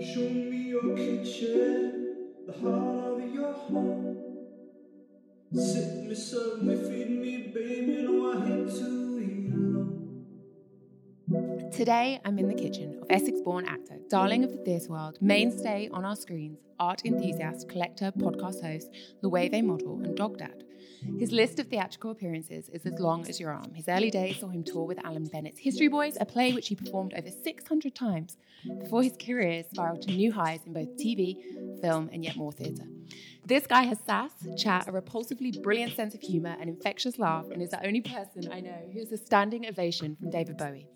Show me your kitchen, the heart of your home. Sit me, serve me, feed me, baby. No, I hate to eat alone. Today, I'm in the kitchen of Essex born actor, darling of the theatre world, mainstay on our screens, art enthusiast, collector, podcast host, the way they model, and dog dad. His list of theatrical appearances is as long as your arm. His early days saw him tour with Alan Bennett's History Boys, a play which he performed over 600 times before his career spiraled to new highs in both TV, film, and yet more theatre. This guy has sass, chat, a repulsively brilliant sense of humour, an infectious laugh, and is the only person I know who has a standing ovation from David Bowie.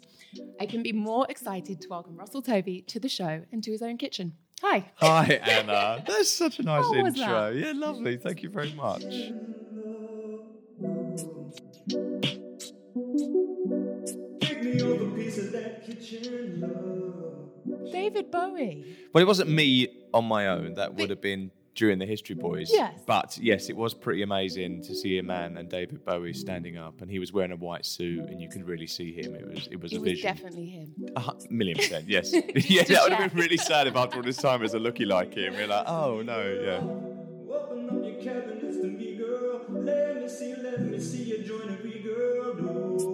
I can be more excited to welcome Russell Toby to the show and to his own kitchen. Hi. Hi, Anna. That's such a nice How was intro. that? Yeah, lovely. Thank you very much. Pick me up a piece of that kitchen love. David Bowie. Well, it wasn't me on my own. That would have been during the History Boys. Yes. But yes, it was pretty amazing to see a man and David Bowie standing up, and he was wearing a white suit, and you could really see him. It was it was It a was vision. definitely him. A hu- million percent. Yes. yeah, To that would have check. been really sad if after all this time as a looky like him, we're like, oh no, yeah. Open up your cabinets to me, girl. Let me see, let me see you join a wee girl. No.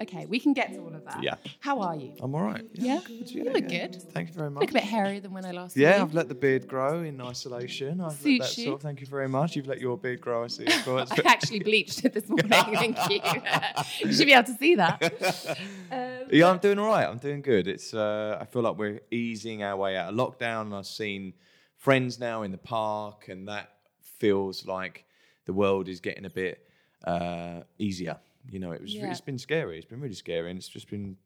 Okay, we can get to all of that. Yeah. How are you? I'm all right. Yeah. good, You look good. Thank you very much. Look a bit hairier than when I last Yeah, saw I've let the beard grow in isolation. I've let Suits that you. sort of, thank you very much. You've let your beard grow. I see. It's you. got- it's- I actually bleached it this morning. Thank you. you should be able to see that. Um, yeah, I'm doing all right. I'm doing good. It's uh, I feel like we're easing our way out of lockdown. And I've seen friends now in the park, and that feels like the world is getting a bit uh, easier. You know, it was Yeah. it's been scary. It's been really scary, and it's just been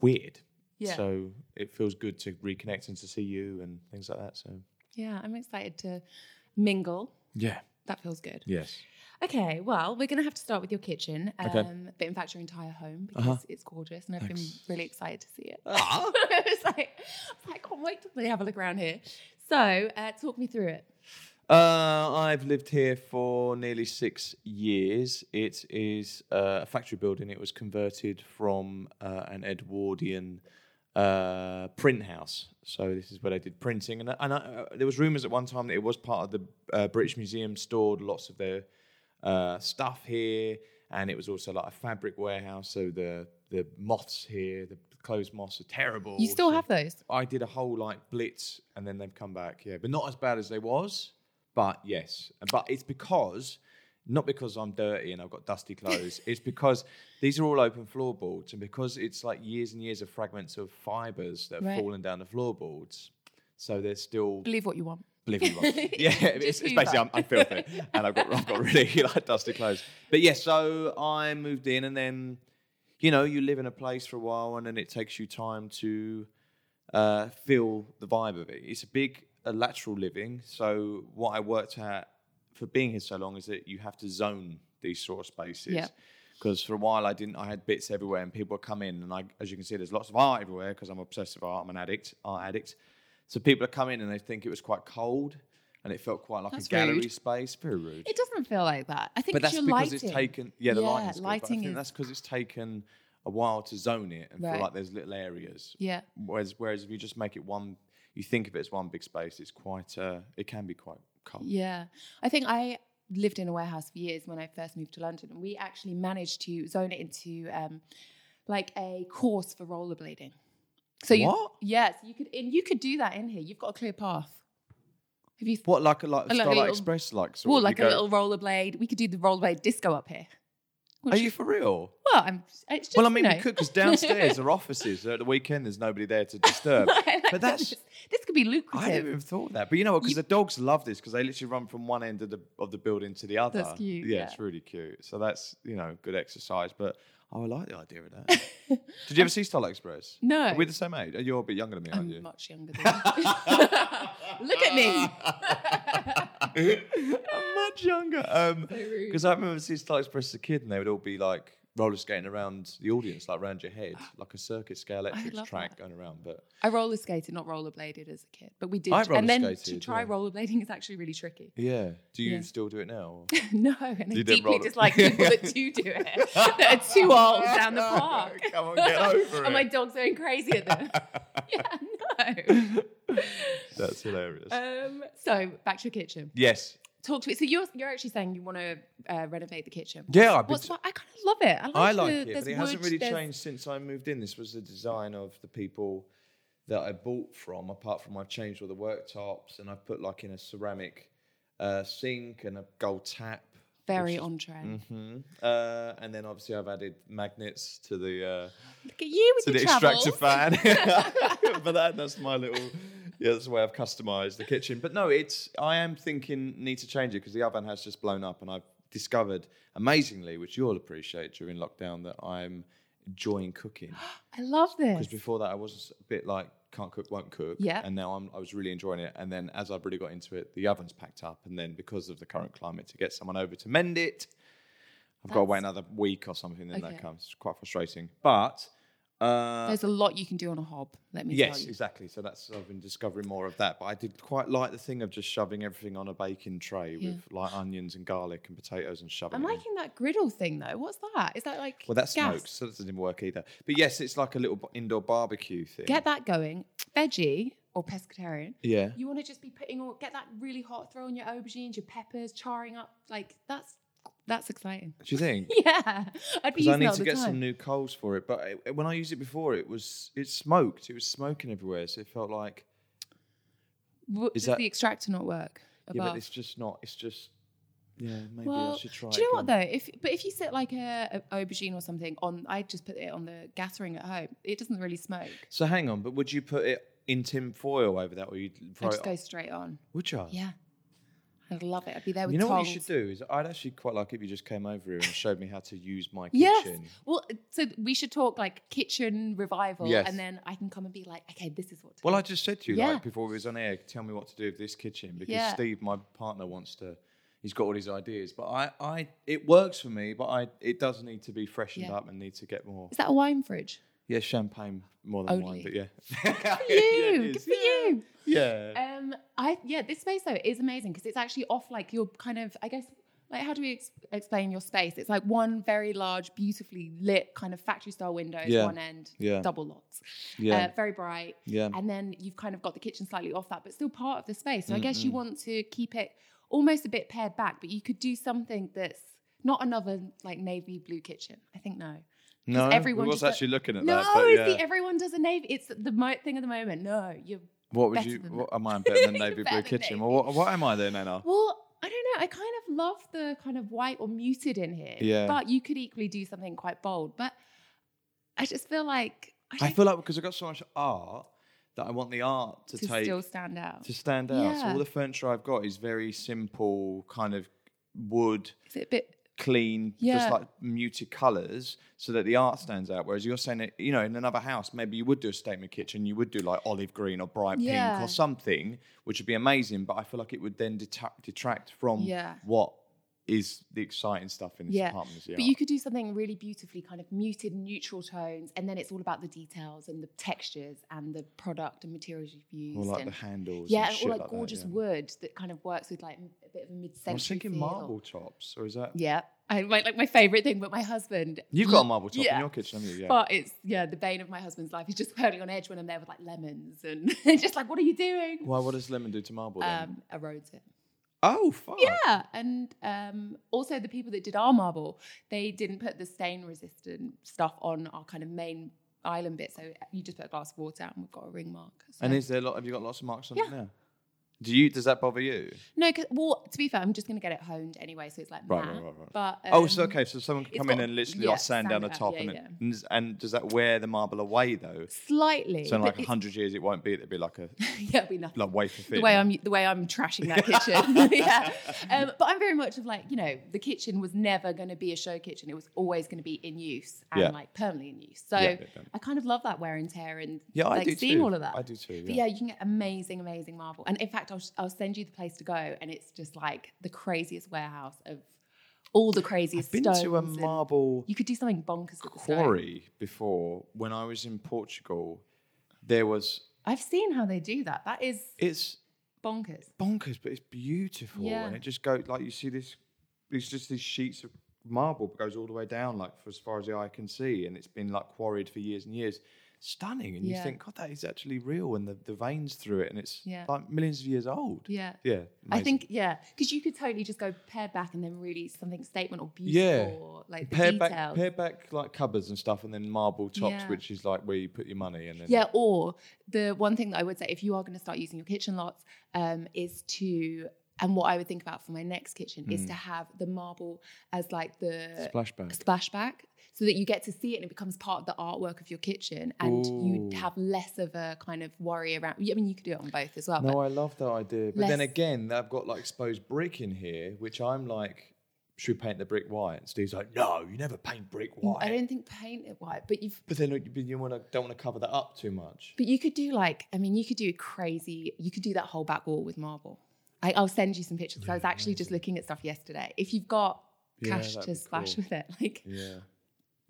weird. Yeah. So it feels good to reconnect and to see you and things like that. So yeah, I'm excited to mingle. yeah, That feels good. yes, Okay, well, we're going to have to start with your kitchen, um, Okay. Uh-huh. but in fact, your entire home because it's gorgeous, and I've Thanks. Ah. been really excited to see it. it's like, I can't wait to really have a look around here. So, uh, talk me through it. Uh, I've lived here for nearly six years. It is uh, a factory building. It was converted from uh, an Edwardian uh, print house. So this is where they did printing, and and I, uh, there was rumours at one time that it was part of the uh, British Museum. Stored lots of their uh, stuff here, and it was also like a fabric warehouse. So the the moths here, the clothes moths, are terrible. You still So- have those? I did a whole like blitz and then they've come back, yeah, but not as bad as they was. But yes, but it's because not because I'm dirty and I've got dusty clothes. it's because these are all open floorboards, and because it's like years and years of fragments of fibers that have Right. fallen down the floorboards, so they're still Believe what you want. believe me, wrong. yeah, it's, it's Hoover. basically I'm, I'm filthy and I've got I've got really like dusty clothes. But yeah, so I moved in and then you know you live in a place for a while and then it takes you time to uh, feel the vibe of it. It's a big a lateral living, so what I worked at for being here so long is that you have to zone these sort of spaces. Yeah. Because for a while I didn't, I had bits everywhere, and people would come in, and I, as you can see, there's lots of art everywhere because I'm obsessed with art. I'm an addict, art addict. So people are coming and they think it was quite cold, and it felt quite like That's a gallery rude. space. Very rude. It doesn't feel like that. I think but that's your because lighting. it's taken. Yeah, the Yeah, lighting's good, but lighting I think is- that's because it's taken a while to zone it and Right. feel like there's little areas. Yeah. Whereas, whereas if you just make it one, you think of it as one big space. It's quite. Uh, it can be quite cold. Yeah. I think I lived in a warehouse for years when I first moved to London, and we actually managed to zone it into um, like a course for rollerblading. So you, What? Yes, you could. And you could do that in here. You've got a clear path. Have you? What like a like A Starlight little- Express like sort Well, of, you like a go- little rollerblade. We could do the rollerblade disco up here. Are you for real? Well, I'm. It's just, well, I mean, you know. we could because downstairs are offices. so At the weekend, there's nobody there to disturb. I like but that's. this. this could be I never lucrative. even thought of that. But you know what? Because the dogs love this because they literally run from one end of the of the building to the other. That's cute, Yeah, yeah. it's really cute. So that's you know good exercise. But oh, I would like the idea of that. Did you ever see Starlight Express? No. Are we the same age? You're a bit younger than me, aren't I'm much younger than you. Look at me. you? I'm much younger. Um, because I remember seeing Starlight Express as a kid, and they would all be like roller skating around the audience, like around your head, like a circuit scale electric love track that. going around. But I roller skated, not rollerbladed as a kid, but we did. I and then to rollerskated, try yeah. rollerblading is actually really tricky. yeah, do you Yeah. still do it now? no, and I You didn't deeply roller- dislike people that do do it, that are too old down the park. Come on, get over it. and my dogs going crazy at them. yeah, no. no. That's hilarious. Um, so back to your kitchen. yes. Talk to it. So you're you're actually saying you want to uh, renovate the kitchen. Yeah, I've been What's what? I kind of love it. I like, I like the, it, there's but it hasn't wood, really there's- changed since I moved in. This was the design of the people that I bought from. Apart from I've changed all the worktops and I've put like in a ceramic uh, sink and a gold tap. Very on trend. hmm Uh, and then obviously I've added magnets to the uh, Look at you with to your the travels. extractor fan. but that that's my little yeah, that's the way I've customized the kitchen. But no, it's I am thinking need to change it because the oven has just blown up and I've discovered amazingly, which you'll appreciate during lockdown, that I'm enjoying cooking. I love this. Because before that I was a bit like can't cook, won't cook. Yeah. And now I'm I was really enjoying it. And then as I've really got into it, the oven's packed up. And then because of the current climate to get someone over to mend it, I've got to wait another week or something, then Okay. that comes. It's quite frustrating. But uh, There's a lot you can do on a hob. Let me Yes, tell you. exactly. So that's I've been discovering more of that. But I did quite like the thing of just shoving everything on a baking tray with like onions and garlic and potatoes and shoving. I'm it in. liking that griddle thing though. What's that? Is that like Well, that gas? smokes, so that doesn't work either. But yes, it's like a little b- indoor barbecue thing. Get that going. Veggie or pescatarian. yeah. You want to just be putting all get that really hot, throw on your aubergines, your peppers, charring up. Like that's that's exciting. Do you think? Yeah, I'd be Because I using it need all to the get time. some new coals for it. But it, when I used it before, it was it smoked. It was smoking everywhere, so it felt like What- is Does that- the extractor not work? yeah, above? but it's just not. It's just yeah. Maybe I well, should try. do you know again. what though? If but if you sit like a, a aubergine or something on, I just put it on the gas ring at home. It doesn't really smoke. So hang on, but would you put it in tin foil over that, or you'd I throw just it? go straight on. Would you? Yeah, I'd love it. I'd be there with You know what tongs. you should do is I'd actually quite like it if you just came over here and showed me how to use my Yes. kitchen. Well, uh, so we should talk like kitchen revival, Yes. and then I can come and be like, okay, this is what. To Well, do. I just said to you Yeah. like before we was on air, tell me what to do with this kitchen because Yeah. Steve, my partner, wants to. He's got all his ideas, but I, I, it works for me, but I, it does need to be freshened Yeah. up and need to get more. is that a wine fridge? Yeah, champagne more than Only. wine, but yeah. You, good for you. Yeah. Um, I yeah, this space though is amazing because it's actually off like your kind of I guess like how do we ex- explain your space? It's like one very large, beautifully lit kind of factory style window, Yeah. one end, Yeah. double locks, Yeah. uh, very bright, Yeah. and then you've kind of got the kitchen slightly off that, but still part of the space. So I guess Mm-hmm. you want to keep it almost a bit pared back, but you could do something that's not another like navy blue kitchen. I think no. no, everyone everyone was just got- actually looking at No, that. But yeah. it's the everyone does a navy. It's the mo- thing of the moment. No, you're what would better you? than What am I better than You're Navy better Blue than Kitchen? Navy. Well, what, what am I then, Anna? Well, I don't know. I kind of love the kind of white or muted in here. Yeah. But you could equally do something quite bold. But I just feel like I, I feel like because I've got so much art that I want the art to, to take still stand out. to stand out. So Yeah. all the furniture I've got is very simple, kind of wood, Is it a bit? clean, Yeah. just like muted colours, so that the art stands out. Whereas you're saying that, you know, in another house, maybe you would do a statement kitchen, you would do like olive green or bright pink Yeah. or something, which would be amazing. But I feel like it would then deta- detract from Yeah. what is the exciting stuff in this Yeah, apartment. Is the but art. you could do something really beautifully, kind of muted, neutral tones, and then it's all about the details and the textures and the product and materials you've used. or like and, the handles, yeah, and shit or like, that, gorgeous yeah. wood that kind of works with like m- a bit of a mid-century. I was thinking feel. marble tops, or is that? Yeah, I my, like my favorite thing. But my husband, You've got a marble top Yeah. in your kitchen, haven't you? Yeah. But it's yeah, the bane of my husband's life. He's just holding on edge when I'm there with like lemons and just like, what are you doing? Why? What does lemon do to marble? Then? Um, erodes it. oh fuck! Yeah, and um, also the people that did our marble, they didn't put the stain resistant stuff on our kind of main island bit. So uh, you just put a glass of water out and we've got a ring mark. So. And is there a lot? Have you got lots of marks on Yeah. it now? Do you? Does that bother you? no, 'cause- well, to be fair, I'm just gonna get it honed anyway, so it's like Right, matte. right, right, right. But oh, so um, okay. So someone can it's come in got- and literally yeah, like sand down the sand top, up, and, yeah, it, and and does that wear the marble away though? Slightly. So in but like a it's- hundred years, it won't be. It'll be like a yeah, it'd be nothing. like wafer thin. the way I'm the way I'm trashing that kitchen. yeah, um, but I'm very much of like you know the kitchen was never going to be a show kitchen. It was always going to be in use and Yeah. like permanently in use. So Yeah, yeah, yeah. I kind of love that wear and tear and yeah, I like do seeing too. all of that. I do too. But Yeah. yeah, you can get amazing, amazing marble. And in fact, I'll, sh- I'll send you the place to go, and it's just like the craziest warehouse of all the craziest I've been stones. to a and marble You could do something bonkers with the stone. quarry before when I was in Portugal. There was I've seen how they do that. That is it's bonkers. bonkers, but it's beautiful. Yeah. And it just goes like you see this. It's just these sheets of marble that goes all the way down, like for as far as the eye can see, and it's been like quarried for years and years. stunning. And Yeah. you think, God, that is actually real. And the, the veins through it, and it's Yeah. like millions of years old. Yeah. Yeah. I amazing. think, yeah, because you could totally just go pare back and then really something statement or beautiful Yeah. or like the Pare details. back, pare back like cupboards and stuff, and then marble tops, Yeah. which is like where you put your money. And then Yeah, or the one thing that I would say if you are going to start using your kitchen lots um, is to, and what I would think about for my next kitchen Hmm. is to have the marble as like the splashback. splashback so that you get to see it and it becomes part of the artwork of your kitchen and you Ooh. have less of a kind of worry around. I mean, you could do it on both as well. No, but I love that idea. But then less- again, I've got like exposed brick in here, which I'm like, should we paint the brick white? And Steve's like, no, you never paint brick white. Mm, I don't think paint it white, but you've but then you, but you wanna, don't want to cover that up too much. But you could do like, I mean, you could do crazy, you could do that whole back wall with marble. I, I'll send you some pictures. 'cause I was actually just looking at stuff yesterday. If you've got Yeah, cash that'd to be splash cool. with it, like, Yeah.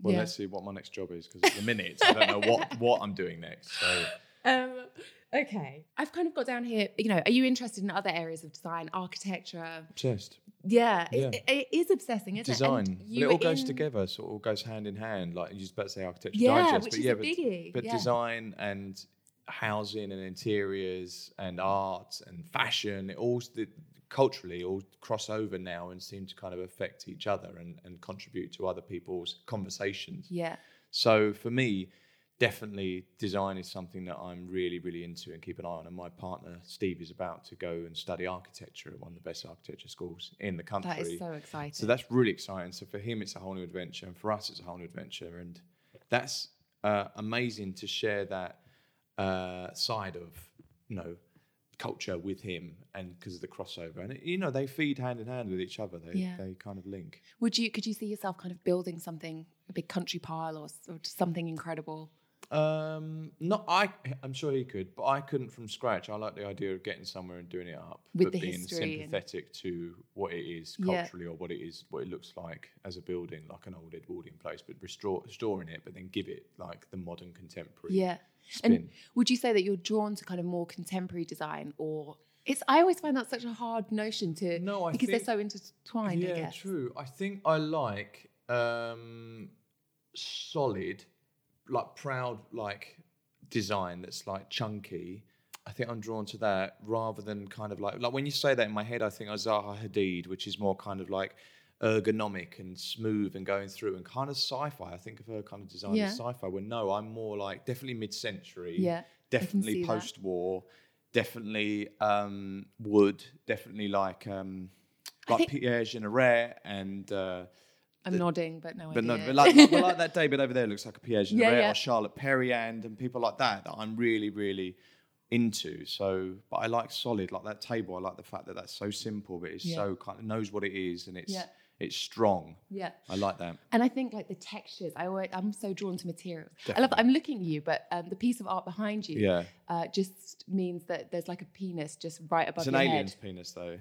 Well, Yeah. let's see what my next job is because at the minute I don't know what, what I'm doing next. So um, okay. I've kind of got down here, you know, are you interested in other areas of design, architecture? just Yeah, Yeah. It, it is obsessing, isn't it? design. And Well, it were all goes in- together, sort of all goes hand in hand. Like you just about to say architecture Yeah, digest, which but is yeah, a but, biggie, but yeah. design and housing and interiors and art and fashion, it all the, culturally all cross over now and seem to kind of affect each other and, and contribute to other people's conversations. Yeah. So for me, definitely design is something that I'm really, really into and keep an eye on. And my partner Steve is about to go and study architecture at one of the best architecture schools in the country. That is so exciting. So that's really exciting. So for him, it's a whole new adventure, and for us, it's a whole new adventure, and that's uh, amazing to share that uh, side of you know culture with him, and because of the crossover, and you know they feed hand in hand with each other. They Yeah. they kind of link. Would you, could you see yourself kind of building something, a big country pile or, s- or just something incredible? Um, not I. I'm sure he could, but I couldn't from scratch. I like the idea of getting somewhere and doing it up, With but the being history and- sympathetic to what it is Yeah. culturally or what it is, what it looks like as a building, like an old Edwardian place, but restore, restoring it, but then give it like the modern contemporary. Yeah. And spin. would you say that you're drawn to kind of more contemporary design or it's I always find that such a hard notion to No, I because think- they're so intertwined, I yeah, guess. true. I think I like um, solid, like proud, like design that's like chunky. I think I'm drawn to that rather than kind of like like when you say that in my head, I think of Zaha Hadid, which is more kind of like ergonomic and smooth and going through and kind of sci-fi. I think of her kind of design Yeah. as sci-fi. Where no, I'm more like definitely mid-century. Yeah, I can see Definitely that. post-war. Definitely um, wood. Definitely like um, I like think- Pierre Jeanneret and uh, I'm nodding, but no but no, idea. but like, like, well, like that David over there looks like a Pierre Jeanneret yeah. or Charlotte Perriand and people like that that I'm really really into. So, but I like solid like that table. I like the fact that that's so simple, but it's Yeah. so kind of knows what it is and it's Yeah. it's strong. yeah. I like that. And I think like the textures, I always, I'm so drawn to materials. I love. I'm looking at you, but um, the piece of art behind you, Yeah. uh, just means that there's like a penis just right above It's an your alien's head. penis though.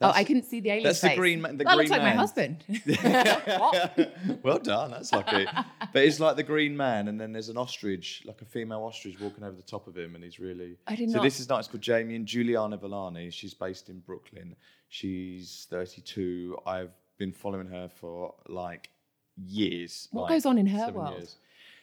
Oh, That's- I couldn't see the alien. that's the face. green ma- the that looks green like my man. husband. What? well done, that's lucky. but it's like the Green Man, and then there's an ostrich, like a female ostrich, walking over the top of him, and he's really. I did so not- this is nice. Called Jamie and Juliana Villani. She's based in Brooklyn. She's 32. I've been following her for like years. What like, goes on in her seven world?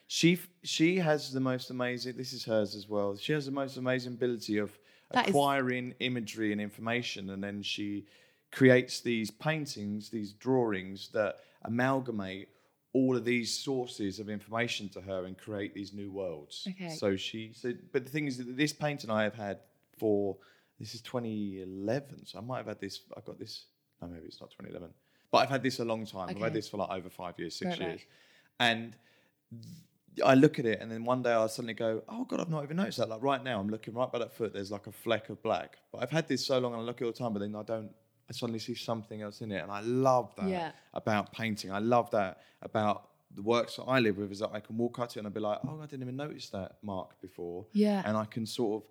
She f- she has the most amazing. This is hers as well. She has the most amazing ability of That is- acquiring imagery and information, and then she creates these paintings, these drawings that amalgamate all of these sources of information to her and create these new worlds. Okay. So she. So, but the thing is that this painting I have had for this is 2011, so I might have had this. I got this. No, maybe it's not 2011. But I've had this a long time. I've Okay. had this for like over five years, six Right, right. years. And I look at it, and then one day I suddenly go, "Oh God, I've not even noticed that." Like right now, I'm looking right by that foot. There's like a fleck of black. But I've had this so long, and I look at it all the time. But then I don't. I suddenly see something else in it, and I love that Yeah. about painting. I love that about the works that I live with is that I can walk up to it and I'll be like, "Oh, I didn't even notice that mark before." Yeah. and I can sort of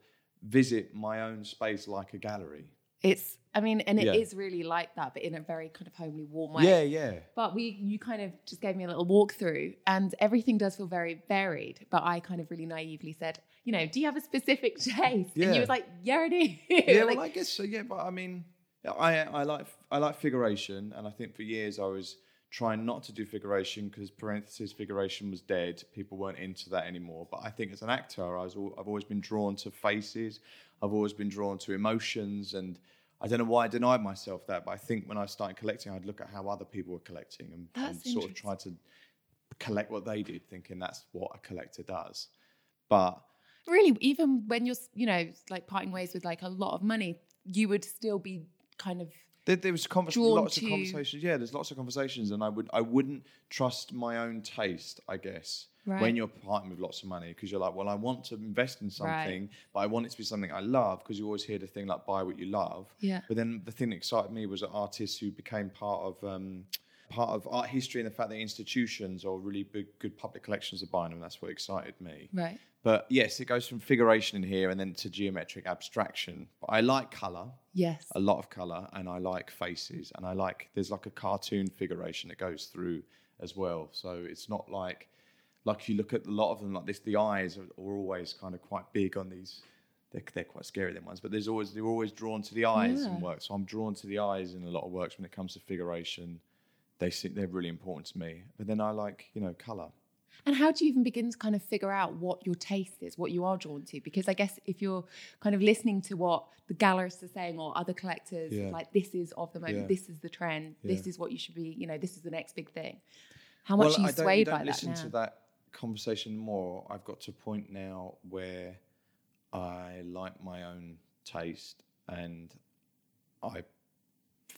visit my own space like a gallery. It's. I mean, and it is Yeah. really like that, but in a very kind of homely, warm way. Yeah, yeah. But we, you kind of just gave me a little walkthrough, and everything does feel very varied. But I kind of really naively said, you know, do you have a specific taste? And Yeah. you was like, yeah, I do. yeah, Like, well, I guess so. Yeah, but I mean, I I like I like figuration, and I think for years I was trying not to do figuration because parentheses figuration was dead. People weren't into that anymore. But I think as an actor, I was al- I've always been drawn to faces. I've always been drawn to emotions, and I don't know why I denied myself that. But I think when I started collecting, I'd look at how other people were collecting and, and That's sort of try to collect what they did, thinking that's what a collector does. But really even when you're you know like parting ways with like a lot of money you would still be kind of There, there was convers- drawn lots to- of conversations. Yeah, there's lots of conversations, and I would I wouldn't trust my own taste. I guess Right. when you're parting with lots of money, because you're like, well, I want to invest in something, but I want it to be something I love. Because you always hear the thing like buy what you love. Yeah. But then the thing that excited me was that artists who became part of. Um, Part of art history and the fact that institutions or really big, good public collections are buying them, that's what excited me. right But yes, it goes from figuration in here and then to geometric abstraction. But I like colour, yes a lot of color and I like faces and I like there's like a cartoon figuration that goes through as well. So it's not like like you look at a lot of them like this. The eyes are, are always kind of quite big on these. They're, they're quite scary them ones, but there's always they're always drawn to the eyes Yeah. in work. So I'm drawn to the eyes in a lot of works when it comes to figuration. They see, they're really important to me. But then I like you know color. and how do you even begin to kind of figure out what your taste is what you are drawn to because i guess if you're kind of listening to what the gallerists are saying or other collectors Yeah. like this is of the moment Yeah. this is the trend this Yeah. is what you should be you know this is the next big thing how much are you I don't, swayed don't by that listen now to that conversation more. I've got to a point now where I like my own taste, and I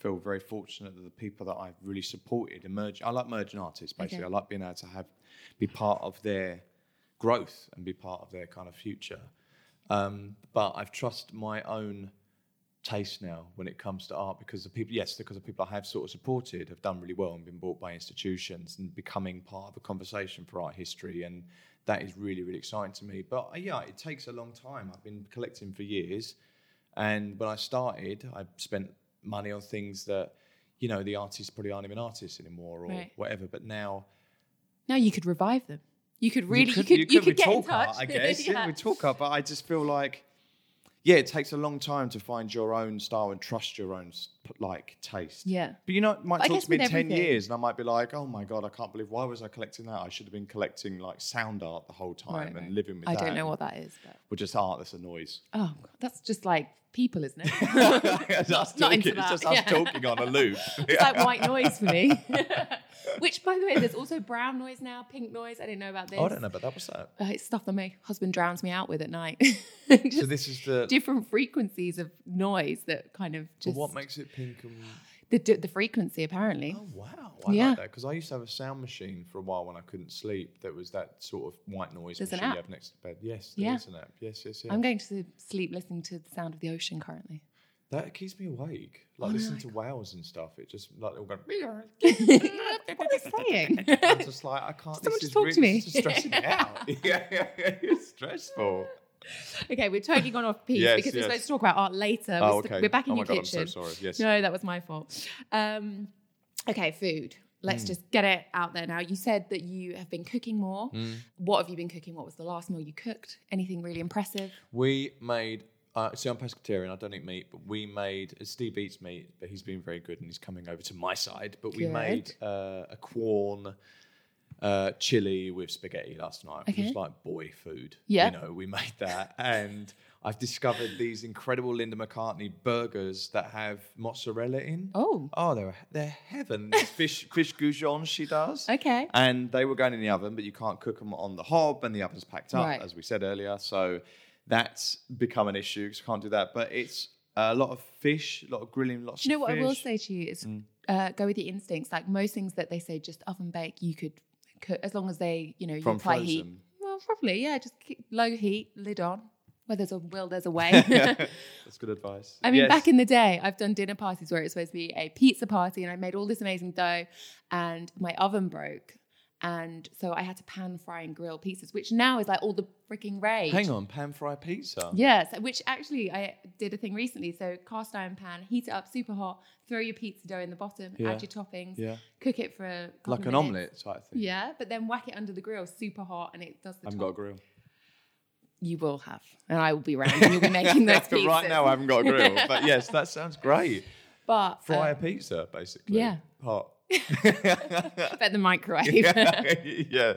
feel very fortunate that the people that I've really supported emerge. I like merging artists basically. Okay. I like being able to have be part of their growth and be part of their kind of future. Um, but I've trust my own taste now when it comes to art because the people yes because the people i have sort of supported have done really well and been bought by institutions and becoming part of a conversation for art history and that is really really exciting to me but uh, yeah it takes a long time i've been collecting for years and when i started i spent money on things that you know the artists probably aren't even artists anymore or Right. whatever but now now you could revive them you could really you could you could, with get in talk art, touch I guess. yeah. Yeah. we talk art, but I just feel like, yeah, it takes a long time to find your own style and trust your own s- p- like taste. Yeah. But you know, it might But I talk guess to me in with ten everything- years, and I might be like, oh my god, I can't believe why was I collecting that? I should have been collecting like sound art the whole time Right, and right. living with i that. don't know what that is but Well, just art that's a noise. Oh, God, that's just like people, isn't it? That's Not us talking. into It's just that, us yeah. talking on a loop. it's like white noise for me. Which, by the way, there's also brown noise now, pink noise. I didn't know about this. I don't know, but that was that. Uh, it's stuff that my husband drowns me out with at night. So just this is the. different frequencies of noise that kind of but just what makes it pink and the, d- the frequency apparently. Oh wow! I Yeah. like that because I used to have a sound machine for a while when I couldn't sleep. That was that sort of white noise There's an machine you app. have next to bed. Yes, there Yeah. is an app. Yes, yes, yes. I'm going to sleep listening to the sound of the ocean currently. that keeps me awake. Oh, Like listening to whales and stuff. It just like they're all going. what are they saying? I'm just like I can't. Someone this just is talk to really, me. This is stressing me out. Yeah, yeah, yeah. It's stressful. okay, we're totally gone off piece Yes, because we're yes. supposed to talk about art later. Oh, we're, st- okay. we're back in Oh your my God, I'm so kitchen. sorry. Yes. No, that was my fault. Um, okay, food. Let's Mm. just get it out there now. You said that you have been cooking more. Mm. What have you been cooking? What was the last meal you cooked? Anything really impressive? We made. Uh, see, I'm pescatarian. I don't eat meat, but we made. uh, Steve eats meat, but he's been very good and he's coming over to my side. But we Good. made uh, a corn uh, chili with spaghetti last night, which Okay. is like boy food. Yeah. you know, we made that, and I've discovered these incredible Linda McCartney burgers that have mozzarella in. Oh, Oh, they're they're heaven. These fish fish goujon she does. Okay. And they were going in the oven, but you can't cook them on the hob, and the oven's packed up, Right. as we said earlier. So that's become an issue 'cause you can't do that. But it's a lot of fish, a lot of grilling, lots do you know of what fish. Mm. I will say to you is uh, go with your instincts. Like most things that they say, just oven bake. You could cook as long as they, you know, you From apply heat. frozen. Well, probably yeah. Just keep low heat, lid on. Where there's a will, there's a way. That's good advice. I mean, Yes. back in the day, I've done dinner parties where it's supposed to be a pizza party, and I made all this amazing dough, and my oven broke, and so I had to pan fry and grill pizzas, which now is like all the freaking rage. Hang on, pan fry pizza. Yes, which actually I did a thing recently. So cast iron pan, heat it up super hot, throw your pizza dough in the bottom, Yeah. add your toppings, Yeah. cook it for a couple of Like an minutes. omelette type thing. Yeah, but then whack it under the grill, super hot, and it does the I haven't top. got a grill. You will have, and I will be around, and you'll be making those pizzas. right now, I haven't got a grill. But yes, that sounds great. but Fry um, a pizza, basically. yeah. Hot. but the microwave. yeah.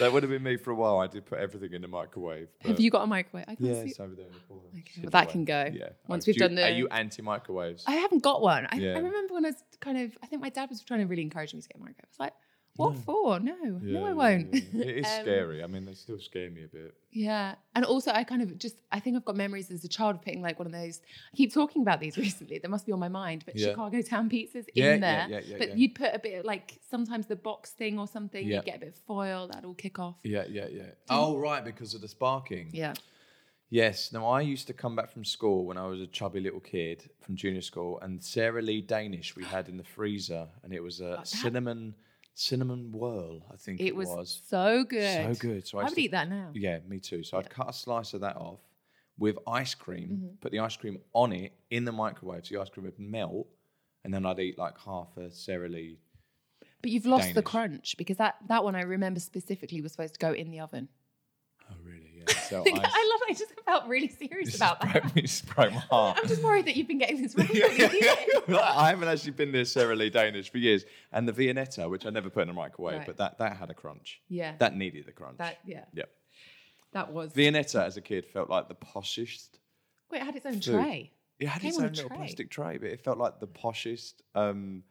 That would have been me for a while. I did put everything in the microwave. Have but- you got a microwave? I can Yeah, see. it's over there in the corner. Okay, Hidden well, that away. can go. Yeah. Once Do we've you- done the- Are you anti microwaves? I haven't got one. I, Yeah. I remember when I was kind of, I think my dad was trying to really encourage me to get a microwave. I was like, what for? No, no, I won't. It is Um, scary. I mean, they still scare me a bit. Yeah. And also, I kind of just, I think I've got memories as a child of putting like one of those, I keep talking about these recently. They must be on my mind, but Yeah. Chicago town pizzas Yeah, in yeah, there. yeah, yeah, but yeah. you'd put a bit of like sometimes the box thing or something, Yeah. you'd get a bit of foil, that'd all kick off. Yeah, yeah, yeah. Oh, right, because of the sparking. Yeah. Yes. Now, I used to come back from school when I was a chubby little kid from junior school, and Sara Lee Danish we had in the freezer, and it was a cinnamon cinnamon whirl, I think it, It was, so good. So good. So I I used would to- eat that now. Yeah, me too. So I'd cut a slice of that off with ice cream, Mm-hmm. put the ice cream on it in the microwave, so the ice cream would melt, and then I'd eat like half a Sara Lee. But you've lost the Danish. crunch because that, that one I remember specifically was supposed to go in the oven. Oh, really? Yeah. So I love I just felt really serious about that. Broke me- just broke my heart. I'm just worried that you've been getting this wrong. Yeah, yeah, yeah. I haven't actually been this Sara Lee Danish for years. And the Viennetta, which I never put in the microwave, Right. but that, that had a crunch. Yeah. That needed a crunch. That yeah, Yep. that was. Viennetta as a kid felt like the poshest. Wait, it had its own Food. tray. It had Came its on a own little tray. plastic tray, but it felt like the poshest um,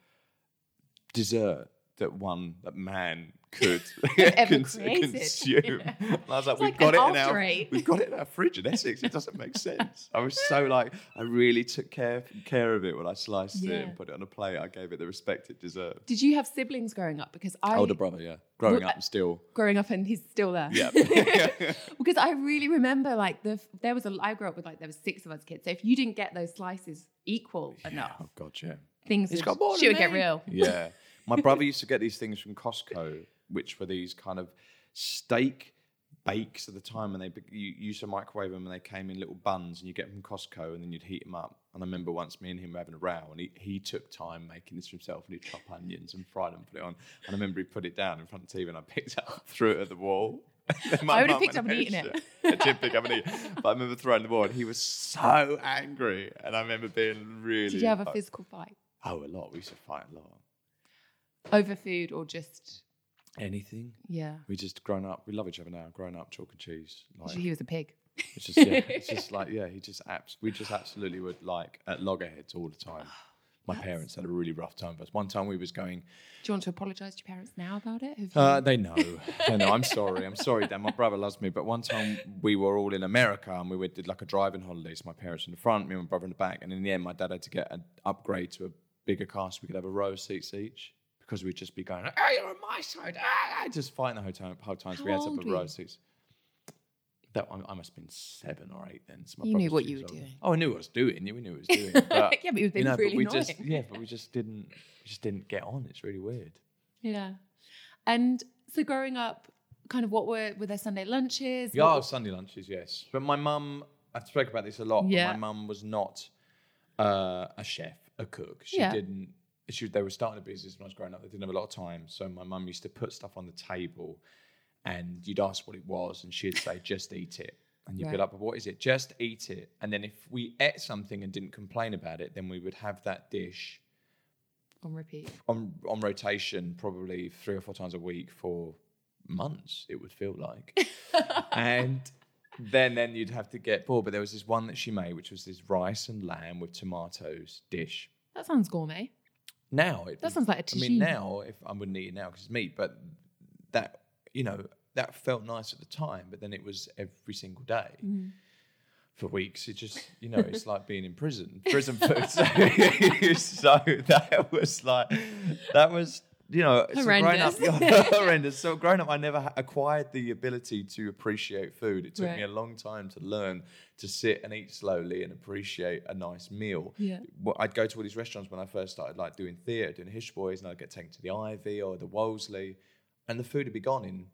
dessert that one that man could ever cons- created. consume. And I was like, we've like got it an in our after-eight." we've got it in our fridge in Essex. It doesn't make sense. I was so like, I really took care care of it when I sliced it Yeah. and put it on a plate. I gave it the respect it deserved. Did you have siblings growing up? Because I Older brother, yeah, growing Well, up and still. growing up and he's still there. Yeah. because I really remember like the there was a I grew up with like there was six of us kids. So if you didn't get those slices equal enough, Oh God, yeah. things would, got more than she would get me. real. Yeah. My brother used to get these things from Costco, which were these kind of steak bakes at the time, and they be- you you used to microwave them, and they came in little buns, and you get them from Costco, and then you'd heat them up. And I remember once me and him were having a row, and he, he took time making this for himself, and he chop onions and fried them, put it on. And I remember he put it down in front of the TV, and I picked it up, threw it at the wall. I would've picked up and eaten it. "Oh, I did pick up and eat, but I remember throwing the ball, and he was so angry, and I remember being really. Did you have a like- physical fight Oh, a lot. We used to fight a lot. over food or just anything. yeah? We just grown up. We love each other now. Grown up, chalk and cheese. Like He was a pig. it's just, yeah, it's just like yeah. He just abs- We just absolutely would like at loggerheads all the time. My parents had a really rough time with us. One time we was going. Do you want to apologise to your parents now about it? Have you- Uh, they know. they know. I'm sorry. I'm sorry, Dad. My brother loves me. But one time we were all in America and we went- did like a driving holiday. So my parents in the front, me and my brother in the back. And in the end, my dad had to get an upgrade to a bigger car so we could have a row of seats each because we'd just be going, oh, you're on my side. Ah, ah," just fighting the whole time. Whole time. So How we had to old have a were row you? of seats. That I, I must have been seven or eight then. So my You brother knew was what two you years were older. doing. Oh, I knew what I was doing. Yeah, we knew what I was doing. But, yeah, but you've been you know, really but we annoying. just yeah, but we just didn't, we just didn't get on. It's really weird. Yeah. And so growing up, kind of what were were their Sunday lunches? Yeah, What- oh, Sunday lunches, yes. But my mum, I spoke about this a lot. but Yeah. My mum was not uh, a chef, a cook. She Yeah. didn't. She, they were starting a business when I was growing up. They didn't have a lot of time, so my mum used to put stuff on the table, and you'd ask what it was, and she'd say, "Just eat it." And you'd be Right. like, "But what is it? Just eat it." And then if we ate something and didn't complain about it, then we would have that dish on repeat. on on rotation probably three or four times a week for months it would feel like and then then you'd have to get bored but there was this one that she made which was this rice and lamb with tomatoes dish That sounds gourmet. now it That sounds like a i mean tagine. now if i wouldn't eat it now because it's meat but that you know that felt nice at the time but then it was every single day Mm. for weeks it just you know it's like being in prison prison food so, so that was like that was you know so growing up Horrendous. yeah, horrendous so growing up i never ha- acquired the ability to appreciate food it took me Right. a long time to learn to sit and eat slowly and appreciate a nice meal Yeah. well, I'd go to all these restaurants when I first started, like doing theatre, doing Hish Boys, and I'd get taken to the Ivy or the Wolseley, and the food would be gone in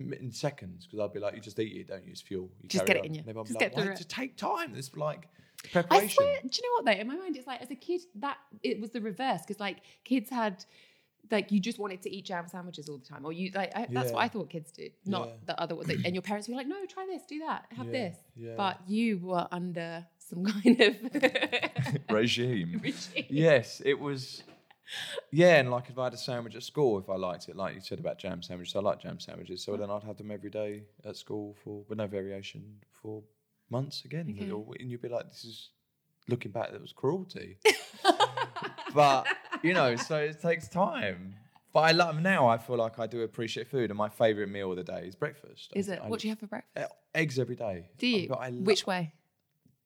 in seconds because I'd be like, "You just eat it, don't you? It's fuel. You Just carry get on." it in you. And everyone Just be like, get through "Why? it." Just take time. It's like I preparation. swear, do you know what though? In my mind, it's like as a kid that it was the reverse because like kids had like you just wanted to eat jam sandwiches all the time, or you like I, that's what Yeah. I thought kids did, not Yeah. the other. Like, and your parents were like, "No, try this, do that, have Yeah, this," yeah. but you were under some kind of Regime. regime. yes, it was. Yeah, and like if I had a sandwich at school, if I liked it, like you said about jam sandwiches, I like jam sandwiches. So then I'd have them every day at school for with no variation for months again, Okay. and you'd be like, "This is looking back, that was cruelty." but you know, so it takes time. But I love now. I feel like I do appreciate food, and my favorite meal of the day is breakfast. Is I- it? I- What do you have for breakfast? Eh, Eggs every day. Do you? But I lo- Which way?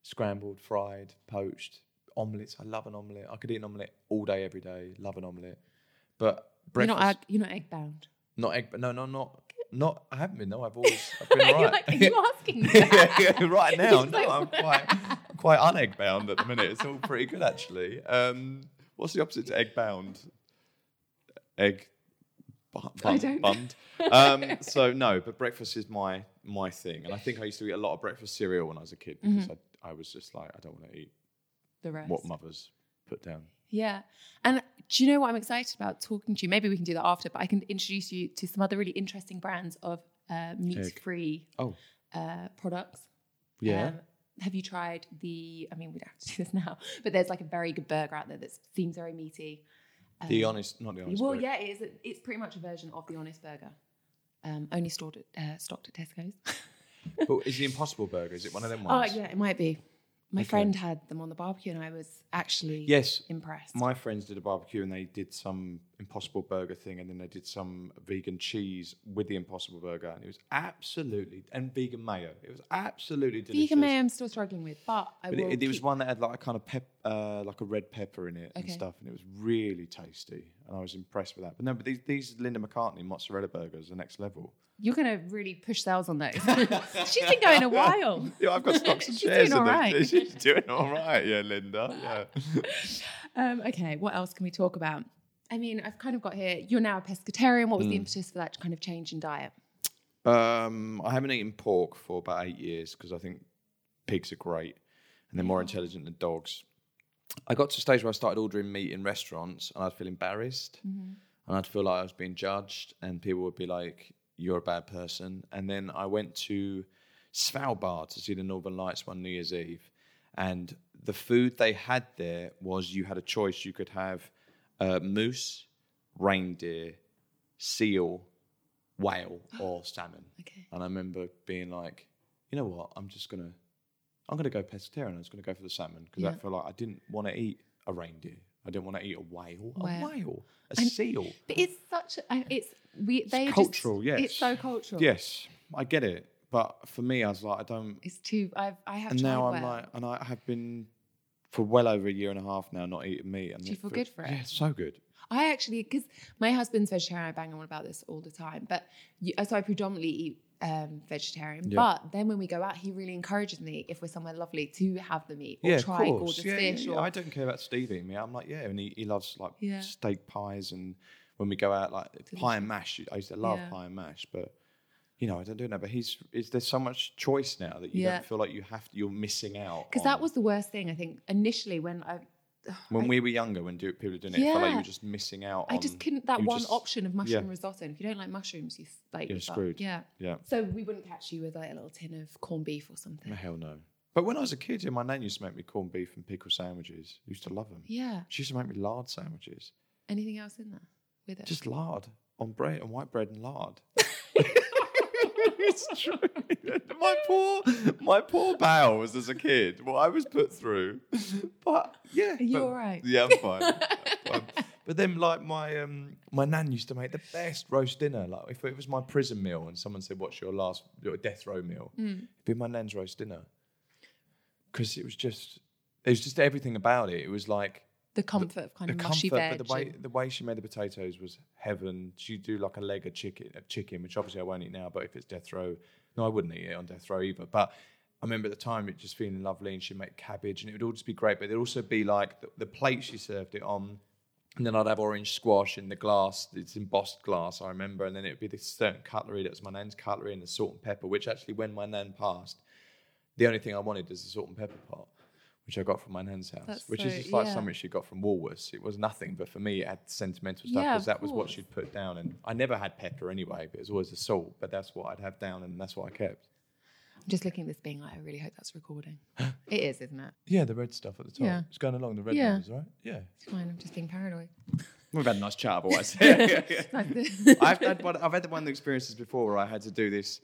scrambled, fried, poached, omelets. I love an omelet. I could eat an omelet all day, every day. Love an omelet. But You're breakfast, not, egg, you're not egg bound. not egg. No, no, not not. I haven't been. No, I've always. I've been all You're right. like, are you asking me Yeah, that? yeah, right now, It's no, like- I'm quite I'm quite unegg bound at the minute. It's all pretty good actually. Um, what's the opposite to egg bound? Egg. bu- I bun- don't know. bummed. Um, so no, but breakfast is my my thing, and I think I used to eat a lot of breakfast cereal when I was a kid Mm-hmm. because I, I was just like I don't want to eat The rest. what mothers put down. Yeah. And do you know what I'm excited about talking to you? Maybe we can do that after, but I can introduce you to some other really interesting brands of uh, meat free Oh. uh, products. Yeah. Um, have you tried the, I mean, we don't have to do this now, but there's like a very good burger out there that seems very meaty. the honest, not the honest. Um, well, break- yeah, it is, it's pretty much a version of the Honest Burger, um, only stored at, uh, stocked at Tesco's. But is the Impossible Burger? Is it one of them oh, ones? yeah, it might be. My friend had them on the barbecue and I was actually Yes, impressed. My friends did a barbecue and they did some Impossible Burger thing, and then they did some vegan cheese with the Impossible Burger, and it was absolutely and vegan mayo. It was absolutely delicious. Vegan mayo I'm still struggling with, but I But will. it, it was keep- one that had like a kind of pep, uh, like a red pepper in it and Okay. stuff, and it was really tasty, and I was impressed with that. But no, but these, these Linda McCartney mozzarella burgers are next level. You're going to really push sales on those. She's been going a while. Yeah, I've got stocks and She's shares doing in all them. right. She's doing all right, yeah, Linda. Yeah. Um, okay, what else can we talk about? I mean, I've kind of got here. You're now a pescatarian. What was Mm. the impetus for that kind of change in diet? Um, I haven't eaten pork for about eight years because I think pigs are great and they're more intelligent than dogs. I got to a stage where I started ordering meat in restaurants and I'd feel embarrassed and I'd feel like I was being judged and people would be like, you're a bad person. And then I went to Svalbard to see the Northern Lights one New Year's Eve and the food they had there was you had a choice. You could have uh, moose, reindeer, seal, whale, or salmon. Okay. And I remember being like, you know what? I'm just gonna, I'm gonna go pescatarian. I was gonna go for the salmon because I Yeah. felt like I didn't want to eat a reindeer. I didn't want to eat a whale, Whale. a whale, a seal. But it's such. A, it's we. They are cultural, Just, yes. It's so cultural. Yes, I get it, but for me, I was like, I don't. It's too. I've. I have. And tried now I'm well. like, and I have been for well over a year and a half now not eating meat. And Do you it feel good feels- for it? Yeah, it's so good. I actually, because my husband's vegetarian, I bang on about this all the time. But you, so I predominantly eat um, vegetarian. Yeah. But then when we go out, he really encourages me if we're somewhere lovely to have the meat or yeah, try of course. gorgeous yeah, yeah, fish. yeah. Or I don't care about Steve eating me. I'm like, yeah, and he, he loves like Yeah. steak pies and when we go out like pie and mash. I used to love Yeah. pie and mash, but you know I don't do it now. But he's is there's so much choice now that you Yeah. don't feel like you have to, you're missing out. because on- that was the worst thing I think initially when I when we were younger when do, people were doing it. it felt like you Yeah. were just missing out. I just on- couldn't that you one just- option of mushroom yeah. risotto. And if you don't like mushrooms, you s- like You're fuck. screwed. Yeah. Yeah. So we wouldn't catch you with like a little tin of corned beef or something. No, hell no. But when I was a kid, yeah, my nan used to make me corned beef and pickle sandwiches. I used to love them. Yeah. She used to make me lard sandwiches. Anything else in there with it? Just lard on bread and white bread and lard. it's true. my poor, my poor bowels as a kid. What I was put through, but Yeah. Are you but- all right? Yeah, I'm fine. I'm fine. But then, like my um, my nan used to make the best roast dinner. Like if it was my prison meal and someone said, "What's your last your death row meal?" Hmm. It'd be my nan's roast dinner because it was just it was just everything about it. It was like The comfort of kind the of mushy comfort, but veg. the way and- the way she made the potatoes was heaven. She'd do like a leg of chicken, of chicken, which obviously I won't eat now. But if it's death row, no, I wouldn't eat it on death row either. But I remember at the time it just feeling lovely, and she'd make cabbage, and it would all just be great. But there'd also be like the, the plate she served it on, and then I'd have orange squash in the glass, it's embossed glass, I remember. And then it would be this certain cutlery that was my nan's cutlery and the salt and pepper, which actually when my nan passed, the only thing I wanted is the salt and pepper pot, which I got from my nan's house, That's which so- is just like yeah. something she got from Woolworths. It was nothing, but for me, it had sentimental stuff Yeah, because of that was what course. she'd put down. And I never had pepper anyway, but it was always the salt, but that's what I'd have down and that's what I kept. just looking at this being like, I really hope that's recording. it is, isn't it? Yeah, the red stuff at the top. Yeah. It's going along the red Yeah. numbers, right? Yeah. It's fine. I'm just being paranoid. We've had a nice chat otherwise. I've had one, I've had one of the experiences before where I had to do this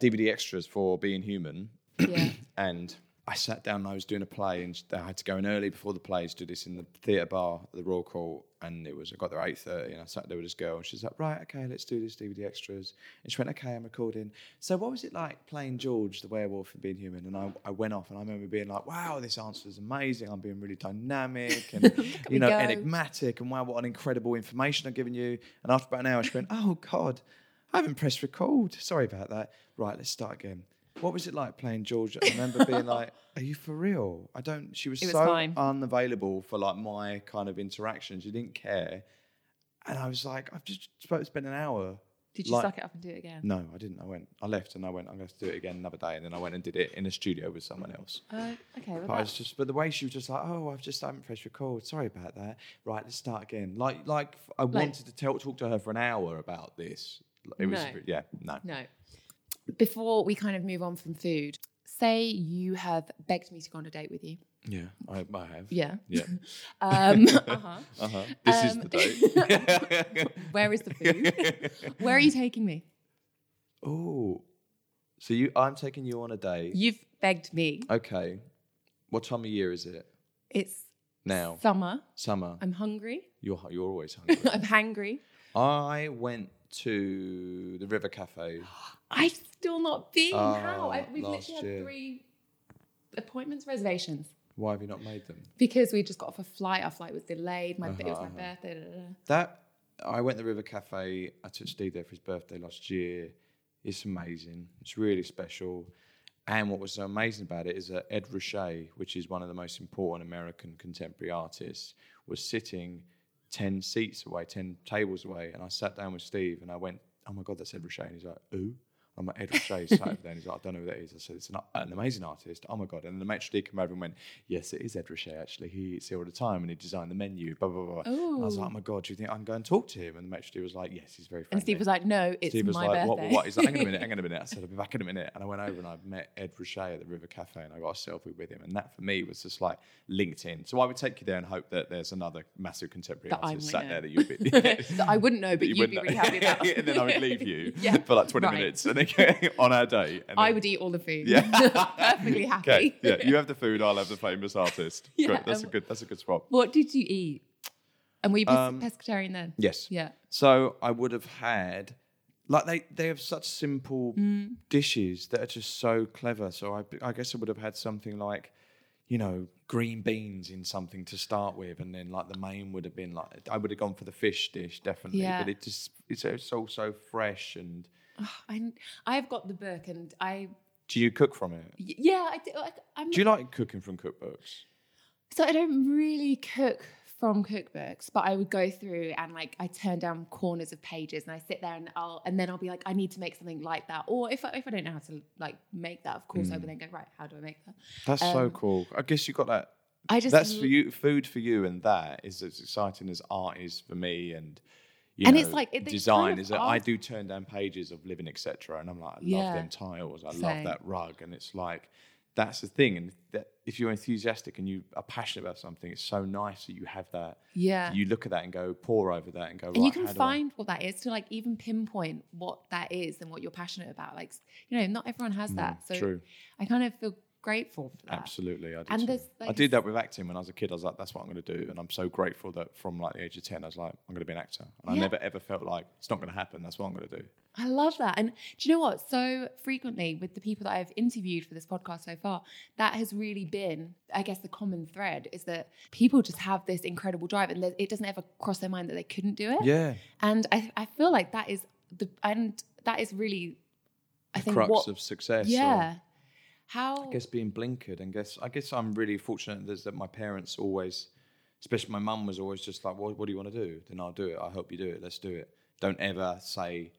DVD extras for Being Human, yeah. and I sat down and I was doing a play, and I had to go in early before the plays, do this in the theatre bar, at the Royal Court, and it was I got there at eight thirty, and I sat there with this girl, and she's like, "Right, okay, let's do this DVD extras," and she went, "Okay, I'm recording." So, what was it like playing George the werewolf in Being Human? And I, I went off, and I remember being like, "Wow, this answer is amazing. I'm being really dynamic and you know go. enigmatic, and wow, what an incredible information I've given you." And after about an hour, she went, "Oh God." I haven't pressed record. Sorry about that. Right, let's start again. What was it like playing Georgia? I remember being like, "Are you for real?" I don't. She was, It was so fine. unavailable for like my kind of interaction. She didn't care, and I was like, "I've just supposed spent an hour." Did you like- suck it up and do it again? No, I didn't. I went. I left, and I went. I'm going to do it again another day. And then I went and did it in a studio with someone else. Uh, okay. Well, But I that, was just, but the way she was just like, "Oh, I've just I haven't pressed record. Sorry about that. Right, let's start again." Like, like I wanted to tell, talk to her for an hour about this. It was, No. yeah, no. no. Before we kind of move on from food, say you have begged me to go on a date with you. Yeah, I, I have. Yeah. Yeah. Um, uh-huh. Uh-huh. This is Um, the date. Where is the food? Where are you taking me? oh, so you? I'm taking you on a date. You've begged me. Okay. What time of year is it It's now? summer. Summer. I'm hungry. You're hu- you're always hungry. I'm hangry. I went to the River Cafe. I've still not been. How? Oh, I, we've last literally had year. three appointments, reservations Why have you not made them? because we just got off a flight. Our flight was delayed. My it was my Uh-huh. birthday. da, da, da. That I went to the River Cafe. I took Steve there for his birthday last year. It's amazing. It's really special. And what was so amazing about it is that Ed Ruscha, which is one of the most important American contemporary artists, was sitting ten seats away, ten tables away. And I sat down with Steve and I went, "Oh my god, that's Ed Ruscha!" And he's like, "Ooh." I'm like, Ed Ruscha sat over there and he's like, I don't know who that is. I said, it's an, an amazing artist. Oh my God. And the maitre d' came over and went, Yes, it is Ed Ruscha, actually. He eats here all the time and he designed the menu, blah, blah, blah. And I was like, Ooh. Oh my God, do you think I can go and talk to him? And the maitre d' was like, Yes, he's very friendly. And Steve was like, "No, it's Steve was my like, birthday." what, what, what? He's like, hang on a minute, hang on a minute. I said, I'll be back in a minute. And I went over and I met Ed Rocher at the River Cafe and I got a selfie with him. And that for me was just like linked in. So I would take you there and hope that there's another massive contemporary That I artist might sat know. there that you'd be. That I wouldn't know, but you would be wouldn't really know. happy about. and then I would leave you Yeah. for like 20 Right. minutes and then on our day. And I then- would eat all the food. Yeah. Perfectly happy. Okay, yeah, you have the food, I'll have the famous artist. Yeah, Great, that's a um, good that's a good swap. What did you eat? And were you pes- Um, pescatarian then? Yes. Yeah. So I would have had like they they have such simple Mm. dishes that are just so clever. So I I guess I would have had something like you know green beans in something to start with, and then like the main would have been like I would have gone for the fish dish definitely. Yeah. But it just it's, it's all so fresh and. I I've got the book, and I Do you cook from it? y- yeah I do. I, I'm Do you like cooking from cookbooks? So I don't really cook from cookbooks, but I would go through and like I turn down corners of pages and I sit there and I'll and then I'll be like, I need to make something like that. Or if I, if I don't know how to like make that, of course Hmm. I would then go right. How do I make that? That's so Um, cool. I guess you got that. I just That's l- for you. Food for you, and that is as exciting as art is for me. And you And know, it's like- it- it's kind design of is. That I art. do turn down pages of living, etc. And I'm like, I Yeah. love them tiles. I Same. love that rug. And it's like that's the thing. And that if you're enthusiastic and you are passionate about something, it's so nice that you have that. yeah. You look at that and go pour over that and go. and right, you can how do I- find what that is to like even pinpoint what that is and what you're passionate about. Like you know, not everyone has that. So Mm, true. I kind of feel grateful for that. Absolutely, I did. And too. there's, like, I did that with acting when I was a kid. I was like, "That's what I'm going to do," and I'm so grateful that from like the age of ten, I was like, "I'm going to be an actor," and Yeah. I never ever felt like it's not going to happen. That's what I'm going to do. I love that. And do you know what? So frequently with the people that I've interviewed for this podcast so far, that has really been, I guess, the common thread is that people just have this incredible drive and that it doesn't ever cross their mind that they couldn't do it. Yeah, And I, I feel like that is the, and that is really, I think, crux what, of success. or- yeah. How, I guess being blinkered, and guess I guess I'm really fortunate that, that my parents always, especially my mum, was always just like, "What, what do you want to do? Then I'll do it. I hope you do it. Let's do it. Don't ever say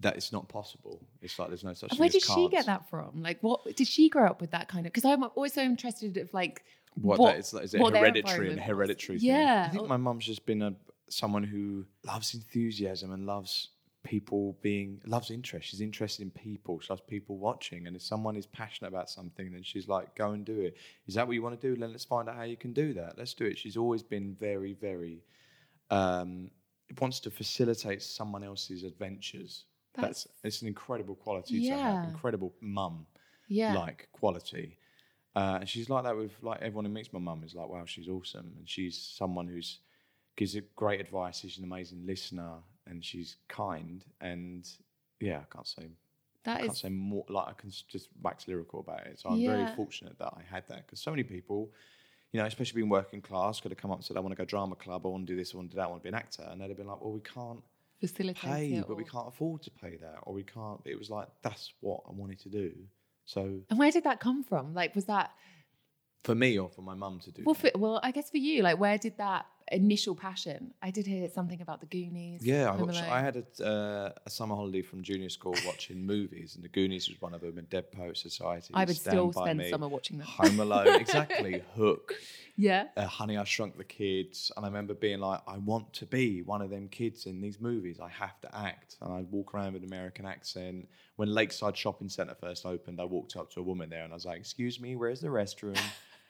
that it's not possible. It's like there's no such thing. where as did she get can't. that from? Like, what did she grow up with that kind of? Because I'm also interested of like, what, that is, is it what their hereditary and environment was. hereditary thing. Yeah. I think my mum's just been a someone who loves enthusiasm and loves people being loves interest. She's interested in people. She loves people watching. And if someone is passionate about something, then she's like, go and do it. Is that what you want to do? Then let's find out how you can do that. Let's do it. She's always been very, very um, wants to facilitate someone else's adventures. That's, it's an incredible quality to have. Yeah. Incredible mum Yeah. like quality. Uh, and she's like that with like everyone who meets my mum is like, wow, she's awesome, and she's someone who's gives it great advice. She's an amazing listener, and she's kind. And yeah, I can't say I that can't is say more. Like I can s- just wax lyrical about it. So I'm Yeah. very fortunate that I had that because so many people, you know, especially being working class, could have come up and said, I want to go drama club, I want to do this, I want to do that, I want to be an actor, and they'd have been like, well, we can't facilitating. pay, but we can't afford to pay that, or we can't. It was like that's what I wanted to do. So And where did that come from? Like, was that for me or for my mum to do. well? that. For, well, I guess for you, like, where did that initial passion? I did hear something about the Goonies. yeah, I, Home watched, Alone. I had a, uh, a summer holiday from junior school watching movies, and The Goonies was one of them, and Dead Poet Society. I would Stand still By spend Me, summer watching that. Home Alone, exactly. Hook, yeah. uh, Honey, I Shrunk the Kids, and I remember being like, I want to be one of them kids in these movies. I have to act, and I'd walk around with an American accent. When Lakeside Shopping Centre first opened, I walked up to a woman there, and I was like, "Excuse me, where's the restroom?"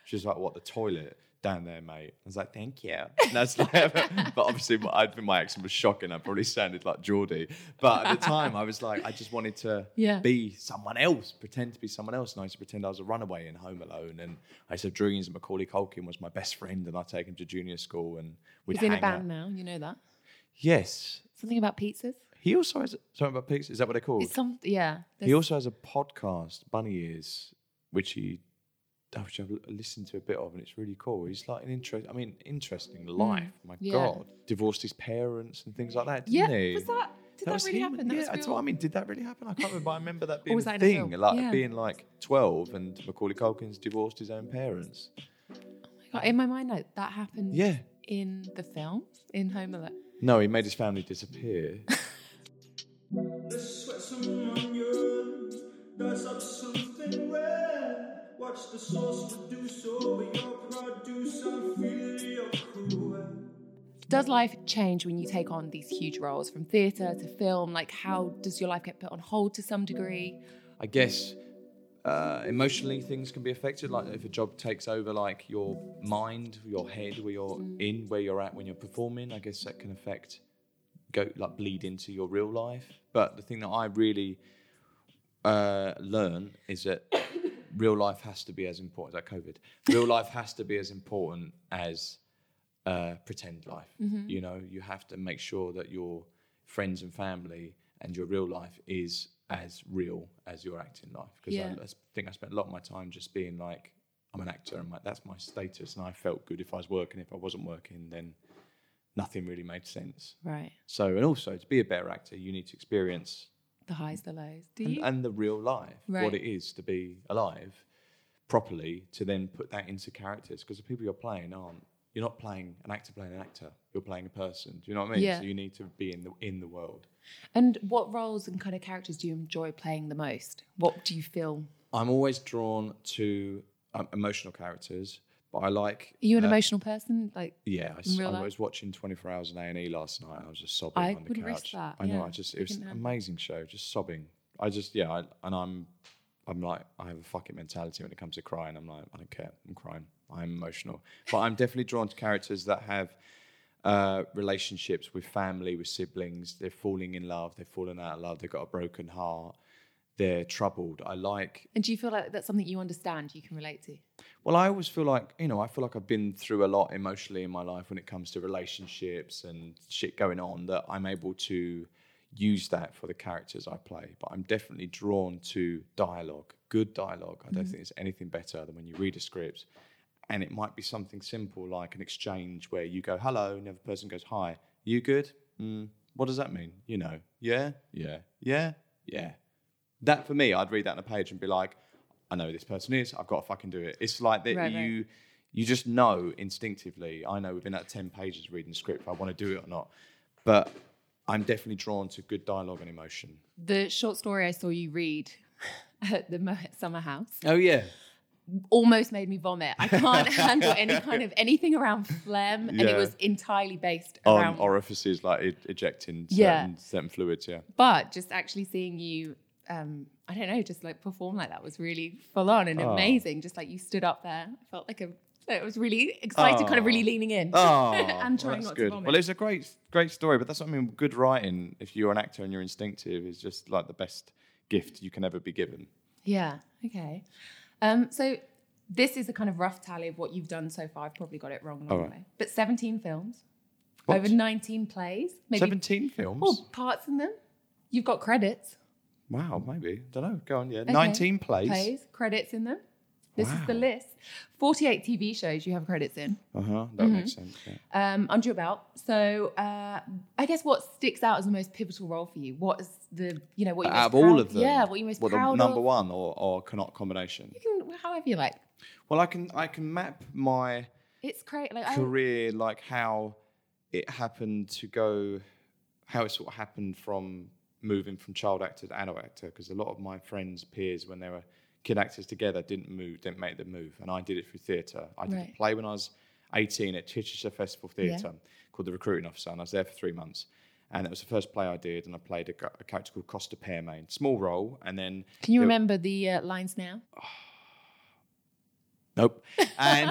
She was like, "What, the toilet?" Down there, mate. I was like, "Thank you." And that's like, but obviously, my, I think my accent was shocking. I probably sounded like Geordie, but at the time, I was like, I just wanted to Yeah. be someone else, pretend to be someone else. And I used to pretend I was a runaway in Home Alone. And I used to have dreams that Macaulay Culkin was my best friend, and I'd take him to junior school and we'd He's in a hang out. band now. You know that. Yes. Something about pizzas. He also has something about pigs. Is that what they're called? It's some. Yeah. he also has a podcast, Bunny Ears, which he oh, which I've l- listened to a bit of, and it's really cool. He's like an interest. I mean, interesting life. My Mm. yeah. God, divorced his parents and things like that. yeah. Didn't he? Was that? Did that, was really him. happen? That yeah, was that's real? what I mean. Did that really happen? I can't remember. I remember that being was a that in a thing, film? like Yeah. being like twelve, and Macaulay Culkin's divorced his own parents. God, in Oh my mind, like, that happened. Yeah. In the films, in Home Alone. No, he made his family disappear. Let's sweat some onions, dice up something red. Watch the sauce reduce over your produce. I'm feeling your cruel. Does life change when you take on these huge roles from theatre to film? Like, how does your life get put on hold to some degree? I guess uh, emotionally things can be affected. Like if a job takes over, like your mind, your head, where you're in, where you're at when you're performing. I guess that can affect, go like bleed into your real life. But the thing that I really uh, learn is that real life has to be as important. Is that COVID? Real life has to be as important as uh, pretend life. You know, you have to make sure that your friends and family and your real life is as real as your acting life. Because Yeah. I, I s- think I spent a lot of my time just being like, I'm an actor and my, that's my status. And I felt good if I was working. If I wasn't working, then nothing really made sense. Right. So, and also to be a better actor, you need to experience The highs, the lows. Do and, you? and the real life, Right. what it is to be alive properly, to then put that into characters. Because the people you're playing aren't you're not playing an actor playing an actor. You're playing a person. Do you know what I mean? Yeah. So you need to be in the in the world. And what roles and kind of characters do you enjoy playing the most? What do you feel? I'm always drawn to um, emotional characters, but I like. Are you an emotional person? Like, Yeah, I, s- real I life? was watching 24 Hours on A&E E last night. I was just sobbing I on the would couch. risk that, I know. yeah. I just I it was couldn't an handle amazing show. Just sobbing. I just yeah. I, and I'm I'm like I have a fucking mentality when it comes to crying. I'm like I don't care. I'm crying. I'm emotional, but I'm definitely drawn to characters that have uh, relationships with family, with siblings. They're falling in love. They've fallen out of love. They've got a broken heart. They're troubled. I like and do you feel like that's something you understand, you can relate to? well, I always feel like, you know, I feel like I've been through a lot emotionally in my life when it comes to relationships and shit going on that I'm able to use that for the characters I play. But I'm definitely drawn to dialogue, good dialogue. I don't think there's anything better than when you read a script and it might be something simple like an exchange where you go hello and the other person goes hi you good mm, what does that mean you know yeah yeah yeah yeah that for me i'd read that on a page and be like i know who this person is i've got to fucking do it it's like that Right, right. you you just know instinctively i know within that 10 pages of reading the script if i want to do it or not but i'm definitely drawn to good dialogue and emotion The short story I saw you read at the Mo- Summer House oh yeah almost made me vomit. I can't handle any kind of anything around phlegm, and it Yeah. was entirely based on around. orifices like e- ejecting certain, Yeah. certain fluids. Yeah, but just actually seeing you, um, I don't know, just like perform like that was really full on Oh. and amazing. Just like you stood up there, I felt like a. It was really excited, kind of Oh. really leaning in. oh, I'm trying that's not to good. vomit. Well, it's a great, great story, but that's what I mean. Good writing, if you're an actor and you're instinctive, is just like the best gift you can ever be given. Yeah. Okay. Um, so this is a kind of rough tally of what you've done so far. I've probably got it wrong along the right. way. But 17 films, What? over 19 plays, maybe Seventeen films. or parts in them. You've got credits, Wow, maybe. Don't know. Go on. Yeah, nineteen plays. plays, credits in them. This is the Wow. list. 48 TV shows you have credits in Uh huh. That makes sense. Yeah. um, under your belt. So uh, I guess what sticks out as the most pivotal role for you? What is the, you know, what you're most Out of proud- all of them, Yeah, what you're most well, proud the number of? one or or cannot combination. You can, however you like. Well, I can I can map my It's great. Like, I- career, like how it happened to go, how it sort of happened from moving from child actor to adult actor, because a lot of my friends, peers, when they were kid actors together, didn't move, didn't make the move, and I did it through theatre. I did Right. a play when I was 18 at Chichester Festival Theatre called The Recruiting Officer, and I was there for three months. And it was the first play I did, and I played a, gu- a character called Costa Pearmain, small role, and then Can you there- remember the uh, lines now? Nope. And,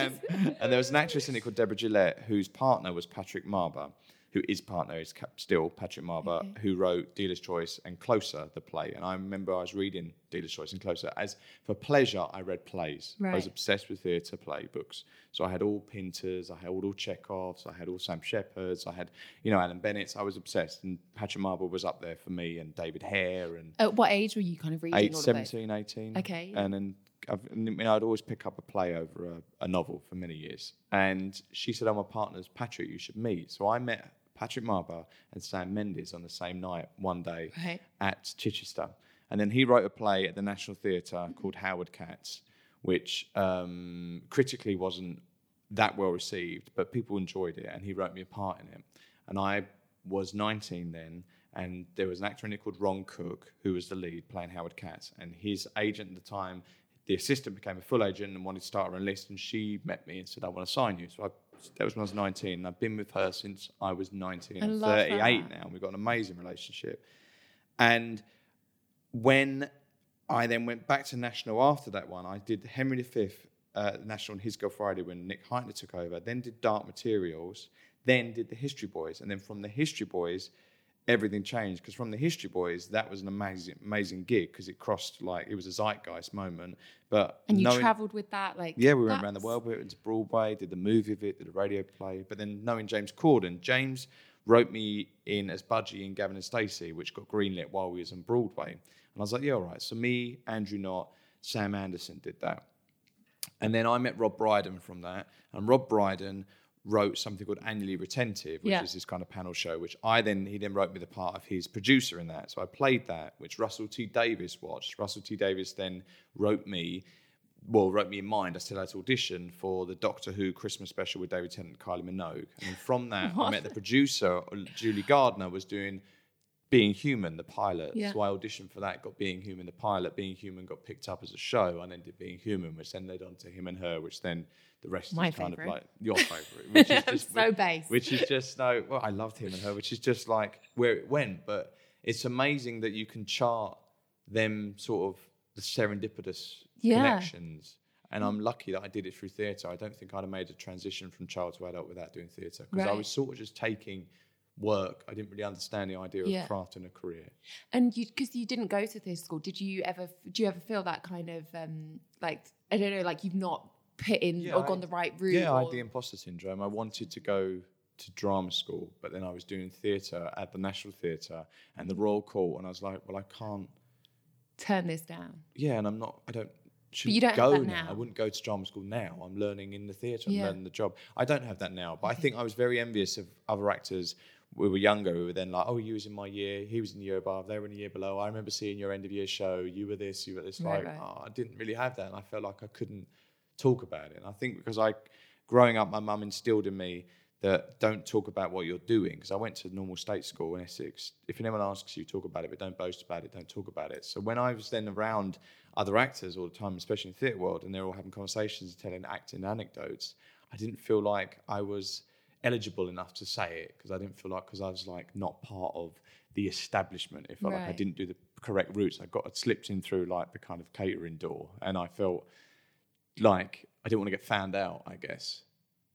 and, and there was an actress in it called Deborah Gillette, whose partner was Patrick Marber, who is partner, is ca- still Patrick Marber, who wrote Dealer's Choice and Closer, the play. And I remember I was reading Dealer's Choice and Closer. As for pleasure, I read plays. I Right. was obsessed with theatre play books. So I had all Pinters, I had all Chekhovs, I had all Sam Shepherds, I had, you know, Alan Bennett's. I was obsessed. And Patrick Marber was up there for me and David Hare and At Uh, what age were you kind of reading Eight, all of 17, 18. Okay, yeah. And then I've, I mean, I'd always pick up a play over a, a novel for many years. And she said, oh, my partner's Patrick, you should meet. So I met Patrick Marber and Sam Mendes on the same night one day Right. at Chichester. And then he wrote a play at the National theater called Howard Cats, which um, critically wasn't that well received, but people enjoyed it. And he wrote me a part in it. And I was 19 then. And there was an actor in it called Ron Cook, who was the lead playing Howard Katz. And his agent at the time, the assistant, became a full agent and wanted to start her own list. And she met me and said, I want to sign you. So I, that was when I was 19. And I've been with her since I was 19. I I'm love 38 that. now. And we've got an amazing relationship. And when I then went back to National after that one, I did Henry V uh, National and His Girl Friday when Nick Heitner took over, then did Dark Materials, then did the History Boys. And then from the History Boys, everything changed because from the History Boys, that was an amazing, amazing gig because it crossed like it was a zeitgeist moment. But And you knowing- travelled with that, like yeah, we went around the that's- world. We went to Broadway, did the movie of it, did a radio play. But then knowing James Corden, James wrote me in as Budgie in Gavin and Stacey, which got greenlit while we was on Broadway. And I was like, yeah, all right. So me, Andrew Knott, Sam Anderson did that. And then I met Rob Brydon from that. And Rob Brydon wrote something called Annually Retentive, which Yeah. is this kind of panel show, which I then, he then wrote me the part of his producer in that. So I played that, which Russell T Davis watched. Russell T Davis then wrote me, well, wrote me in mind. I still had to audition for the Doctor Who Christmas special with David Tennant and Kylie Minogue. And then from that, I met the producer, Julie Gardner, was doing being Human, the pilot. Yeah. So I auditioned for that, got Being Human, the pilot. Being Human got picked up as a show and then did Being Human, which then led on to Him and Her, which then the rest My is kind favourite. of like your favourite. Which is I'm so based. Which is just no, well, I loved Him and Her, which is just like where it went. But it's amazing that you can chart them sort of the serendipitous Yeah. connections. And I'm lucky that I did it through theatre. I don't think I'd have made a transition from child to adult without doing theatre because I Right. was sort of just taking work. I didn't really understand the idea of Yeah. craft and a career. and you because you didn't go to theatre school. Did you ever? Do you ever feel that kind of um like I don't know, like you've not put in Yeah, or I- gone the right route? Yeah, I or- had the imposter syndrome. I wanted to go to drama school, but then I was doing theatre at the National Theatre and the Royal Court, and I was like, well, I can't. turn this down. Yeah, and I'm not. I don't. Should you don't have go that now. now. I wouldn't go to drama school now. I'm learning in the theatre. I'm Yeah. Mm-hmm. learning the job. I don't have that now, but I think I was very envious of other actors. We were younger. We were then like, oh, you was in my year. He was in the year above. They were in the year below. I remember seeing your end of year show. You were this. You were this. Right, like, right. oh, I didn't really have that, and I felt like I couldn't talk about it. And I think because I, growing up, my mum instilled in me that don't talk about what you're doing. Because I went to normal state school in Essex. If anyone asks you, talk about it, but don't boast about it. Don't talk about it. So when I was then around other actors all the time, especially in the theatre world, and they're all having conversations and telling acting anecdotes. I didn't feel like I was eligible enough to say it because I didn't feel like because I was like not part of the establishment. It felt like I Right. didn't do the correct routes. I got slipped in through like the kind of catering door, and I felt like I didn't want to get found out. I guess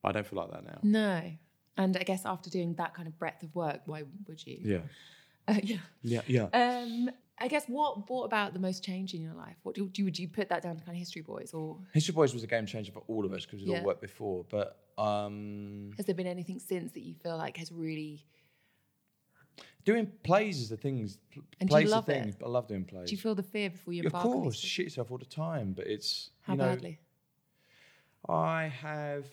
but I don't feel like that Mm. now. No. And I guess after doing that kind of breadth of work, why would you? Yeah, Uh, yeah. Yeah, yeah. Um, I guess what brought about the most change in your life? What do, do would you put that down to kind of history boys, or History Boys was a game changer for all of us because we'd Yeah. all worked before. But um, has there been anything since that you feel like has really? doing plays is the things. pl- And do you plays love the it? things. but I love doing plays. Do you feel the fear before you of embark? on these course, things? shit yourself all the time. But it's How you know, badly? I have.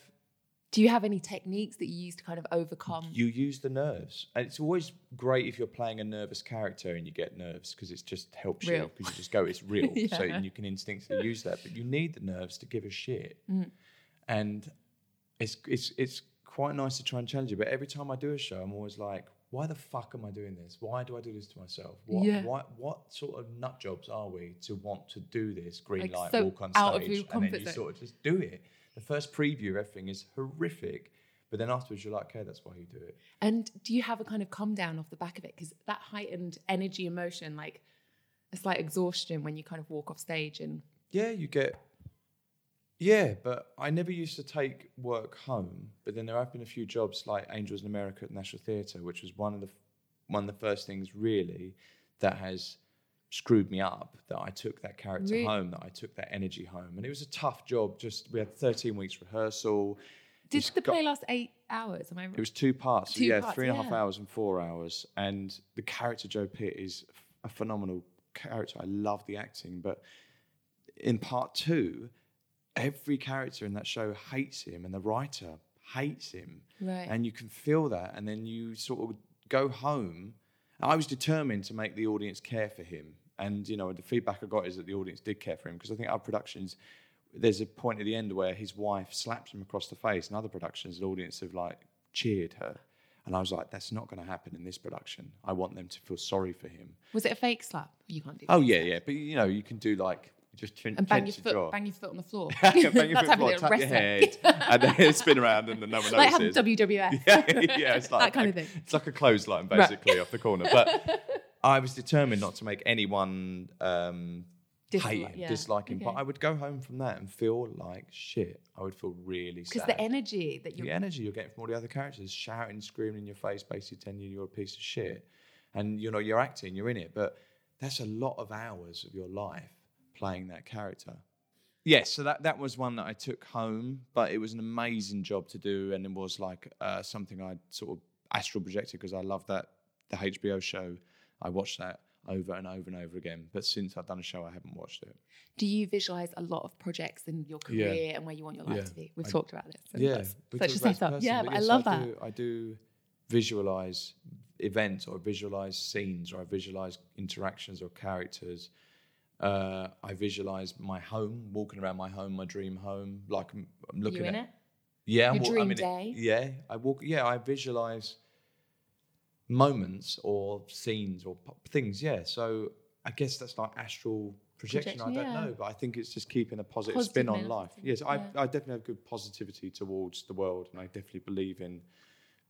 Do you have any techniques that you use to kind of overcome? You use the nerves, and it's always great if you're playing a nervous character and you get nerves because it just helps Real. you because you just go, it's real, so Yeah. and you can instinctively use that. But you need the nerves to give a shit, Mm. and it's it's it's quite nice to try and challenge it. But every time I do a show, I'm always like, why the fuck am I doing this? Why do I do this to myself? What Yeah. why, what sort of nut jobs are we to want to do this? Green Like, light, so walk on out of your stage, and comfort then you zone. sort of just do it. The first preview of everything is horrific, but then afterwards you're like, okay, that's why you do it. And do you have a kind of come down off the back of it? Because that heightened energy, emotion, like a slight exhaustion when you kind of walk off stage and Yeah, you get. Yeah, but I never used to take work home. But then there have been a few jobs like Angels in America at the National Theatre, which was one of the one of the first things really that has screwed me up. That I took that character Really? home, that I took that energy home, and it was a tough job. Just we had thirteen weeks rehearsal. did It's the got- play last eight hours? Am I right? It was two parts. so Two yeah, parts, three and a half yeah. hours and four hours. And the character Joe Pitt is f- a phenomenal character. I love the acting, but in part two, every character in that show hates him, and the writer hates him. Right. And you can feel that, and then you sort of go home. I was determined to make the audience care for him, and you know the feedback I got is that the audience did care for him because I think our productions. There's a point at the end where his wife slaps him across the face, and other productions, the audience have like cheered her. And I was like, that's not going to happen in this production. I want them to feel sorry for him. Was it a fake slap? You can't do. Oh, that. yeah, yeah. But you know, you can do like, just ten- And bang your tense foot, jaw. bang your foot on the floor. bang your That's foot how floor, they tap wrestle. your head, and then spin around, and then no one like how notices. WWF. yeah, yeah, it's like that kind of thing. It's like a clothesline, Right. basically, off the corner. But I was determined not to make anyone um, hate Dislike- him, yeah. dislike him. But Okay. I would go home from that and feel like shit. I would feel really sad. Because the energy that you the energy you're getting from all the other characters shouting, screaming in your face, basically telling you you're a piece of shit, and you know you're acting, you're in it, but that's a lot of hours of your life playing that character. Yes, so that, that was one that I took home, but it was an amazing job to do, and it was like uh, something I sort of astral projected because I love that the HBO show. I watched that over and over and over again, but since I've done a show, I haven't watched it. do you visualize a lot of projects in your Yeah. career and where you want your life Yeah. to be. We've I- talked about this. and yeah, that's we such talked a about it setup. person, Yeah, but but I yes, love that. Do, I do visualize events or visualize scenes or I visualize interactions or characters. Uh, I visualize my home, walking around my home, my dream home. Like I'm, I'm looking you in at it? yeah, I'm Your wa- dream I'm in it. day? Yeah, I walk. Yeah, I visualize moments or scenes or p- things. Yeah, so I guess that's like astral projection. Projection, I don't yeah. know, but I think it's just keeping a positive, Positive spin on mental life. thing, Yes, I, yeah. I definitely have good positivity towards the world, and I definitely believe in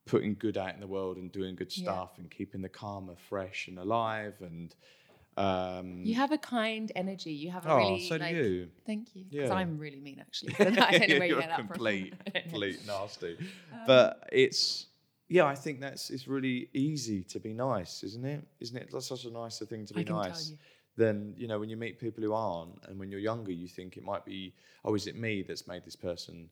putting good out in the world and doing good Yeah. stuff and keeping the karma fresh and alive. And um, You have a kind energy. You have a Oh, really so do like, you. Thank you. Because Yeah. I'm really mean actually. So I don't know where you you're get that from. complete, complete nasty. Um, but it's yeah, I think that's it's really easy to be nice, isn't it? Isn't it? That's such a nicer thing to I be can tell nice. you. Than you know when you meet people who aren't, and when you're younger, you think it might be, oh, is it me that's made this person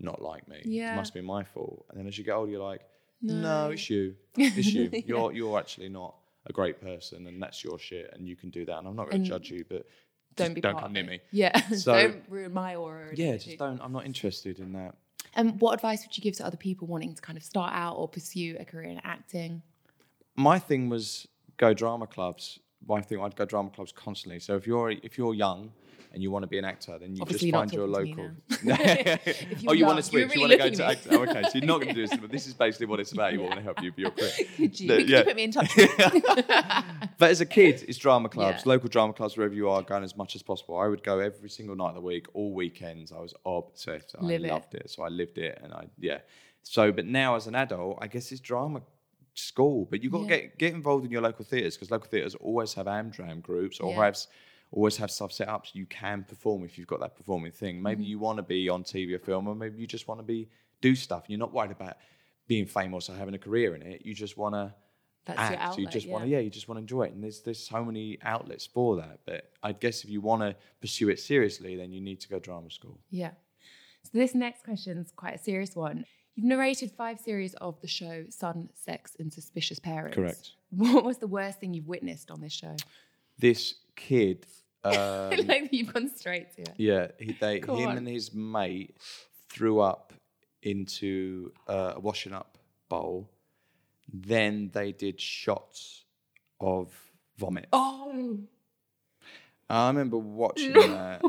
not like me? Yeah. it must be my fault. And then as you get older, you're like, no, No. it's you, it's you. You're you're actually not a great person, and that's your shit, and you can do that. And I'm not going And to judge you, but Don't be don't part come of near it. me. Yeah. So- don't ruin my aura. and yeah, energy. just don't. I'm not interested in that. And what advice would you give to other people wanting to kind of start out or pursue a career in acting? my thing was go drama clubs. My thing, I'd go drama clubs constantly. So if you're if you're young and you want to be an actor, then you Obviously just you're not find your talking to local. me No. you oh, you are- want to you were switch? You want really to go looking to at actor? me. Okay, so you're not going to do this, but this is basically what it's about. You want to help you be your career. Could you? No, Could yeah. you put me in touch? with But as a kid, it's drama clubs, Yeah. local drama clubs, wherever you are, going as much as possible. I would go every single night of the week, all weekends. I was obsessed. I Live it. loved it. So I lived it, and I yeah. So, but now as an adult, I guess it's drama school. But you got Yeah. to get get involved in your local theatres because local theatres always have Amdram groups or Yeah. have s- always have stuff set up so you can perform if you've got that performing thing. Maybe Mm-hmm. you want to be on TV or film, or maybe you just want to be do stuff. And you're not worried about being famous or having a career in it. You just want to That's act. your outlet. you just yeah. want to, yeah, you just want to enjoy it. And there's there's so many outlets for that. But I guess if you want to pursue it seriously, then you need to go drama school. Yeah. So this next question's quite a serious one. You've narrated five series of the show Son, Sex, and Suspicious Parents. Correct. What was the worst thing you've witnessed on this show? This kid, um, like that you've gone straight to it. yeah, he, they, him Go on. and his mate threw up into uh, a washing up bowl. Then they did shots of vomit. Oh, I remember watching that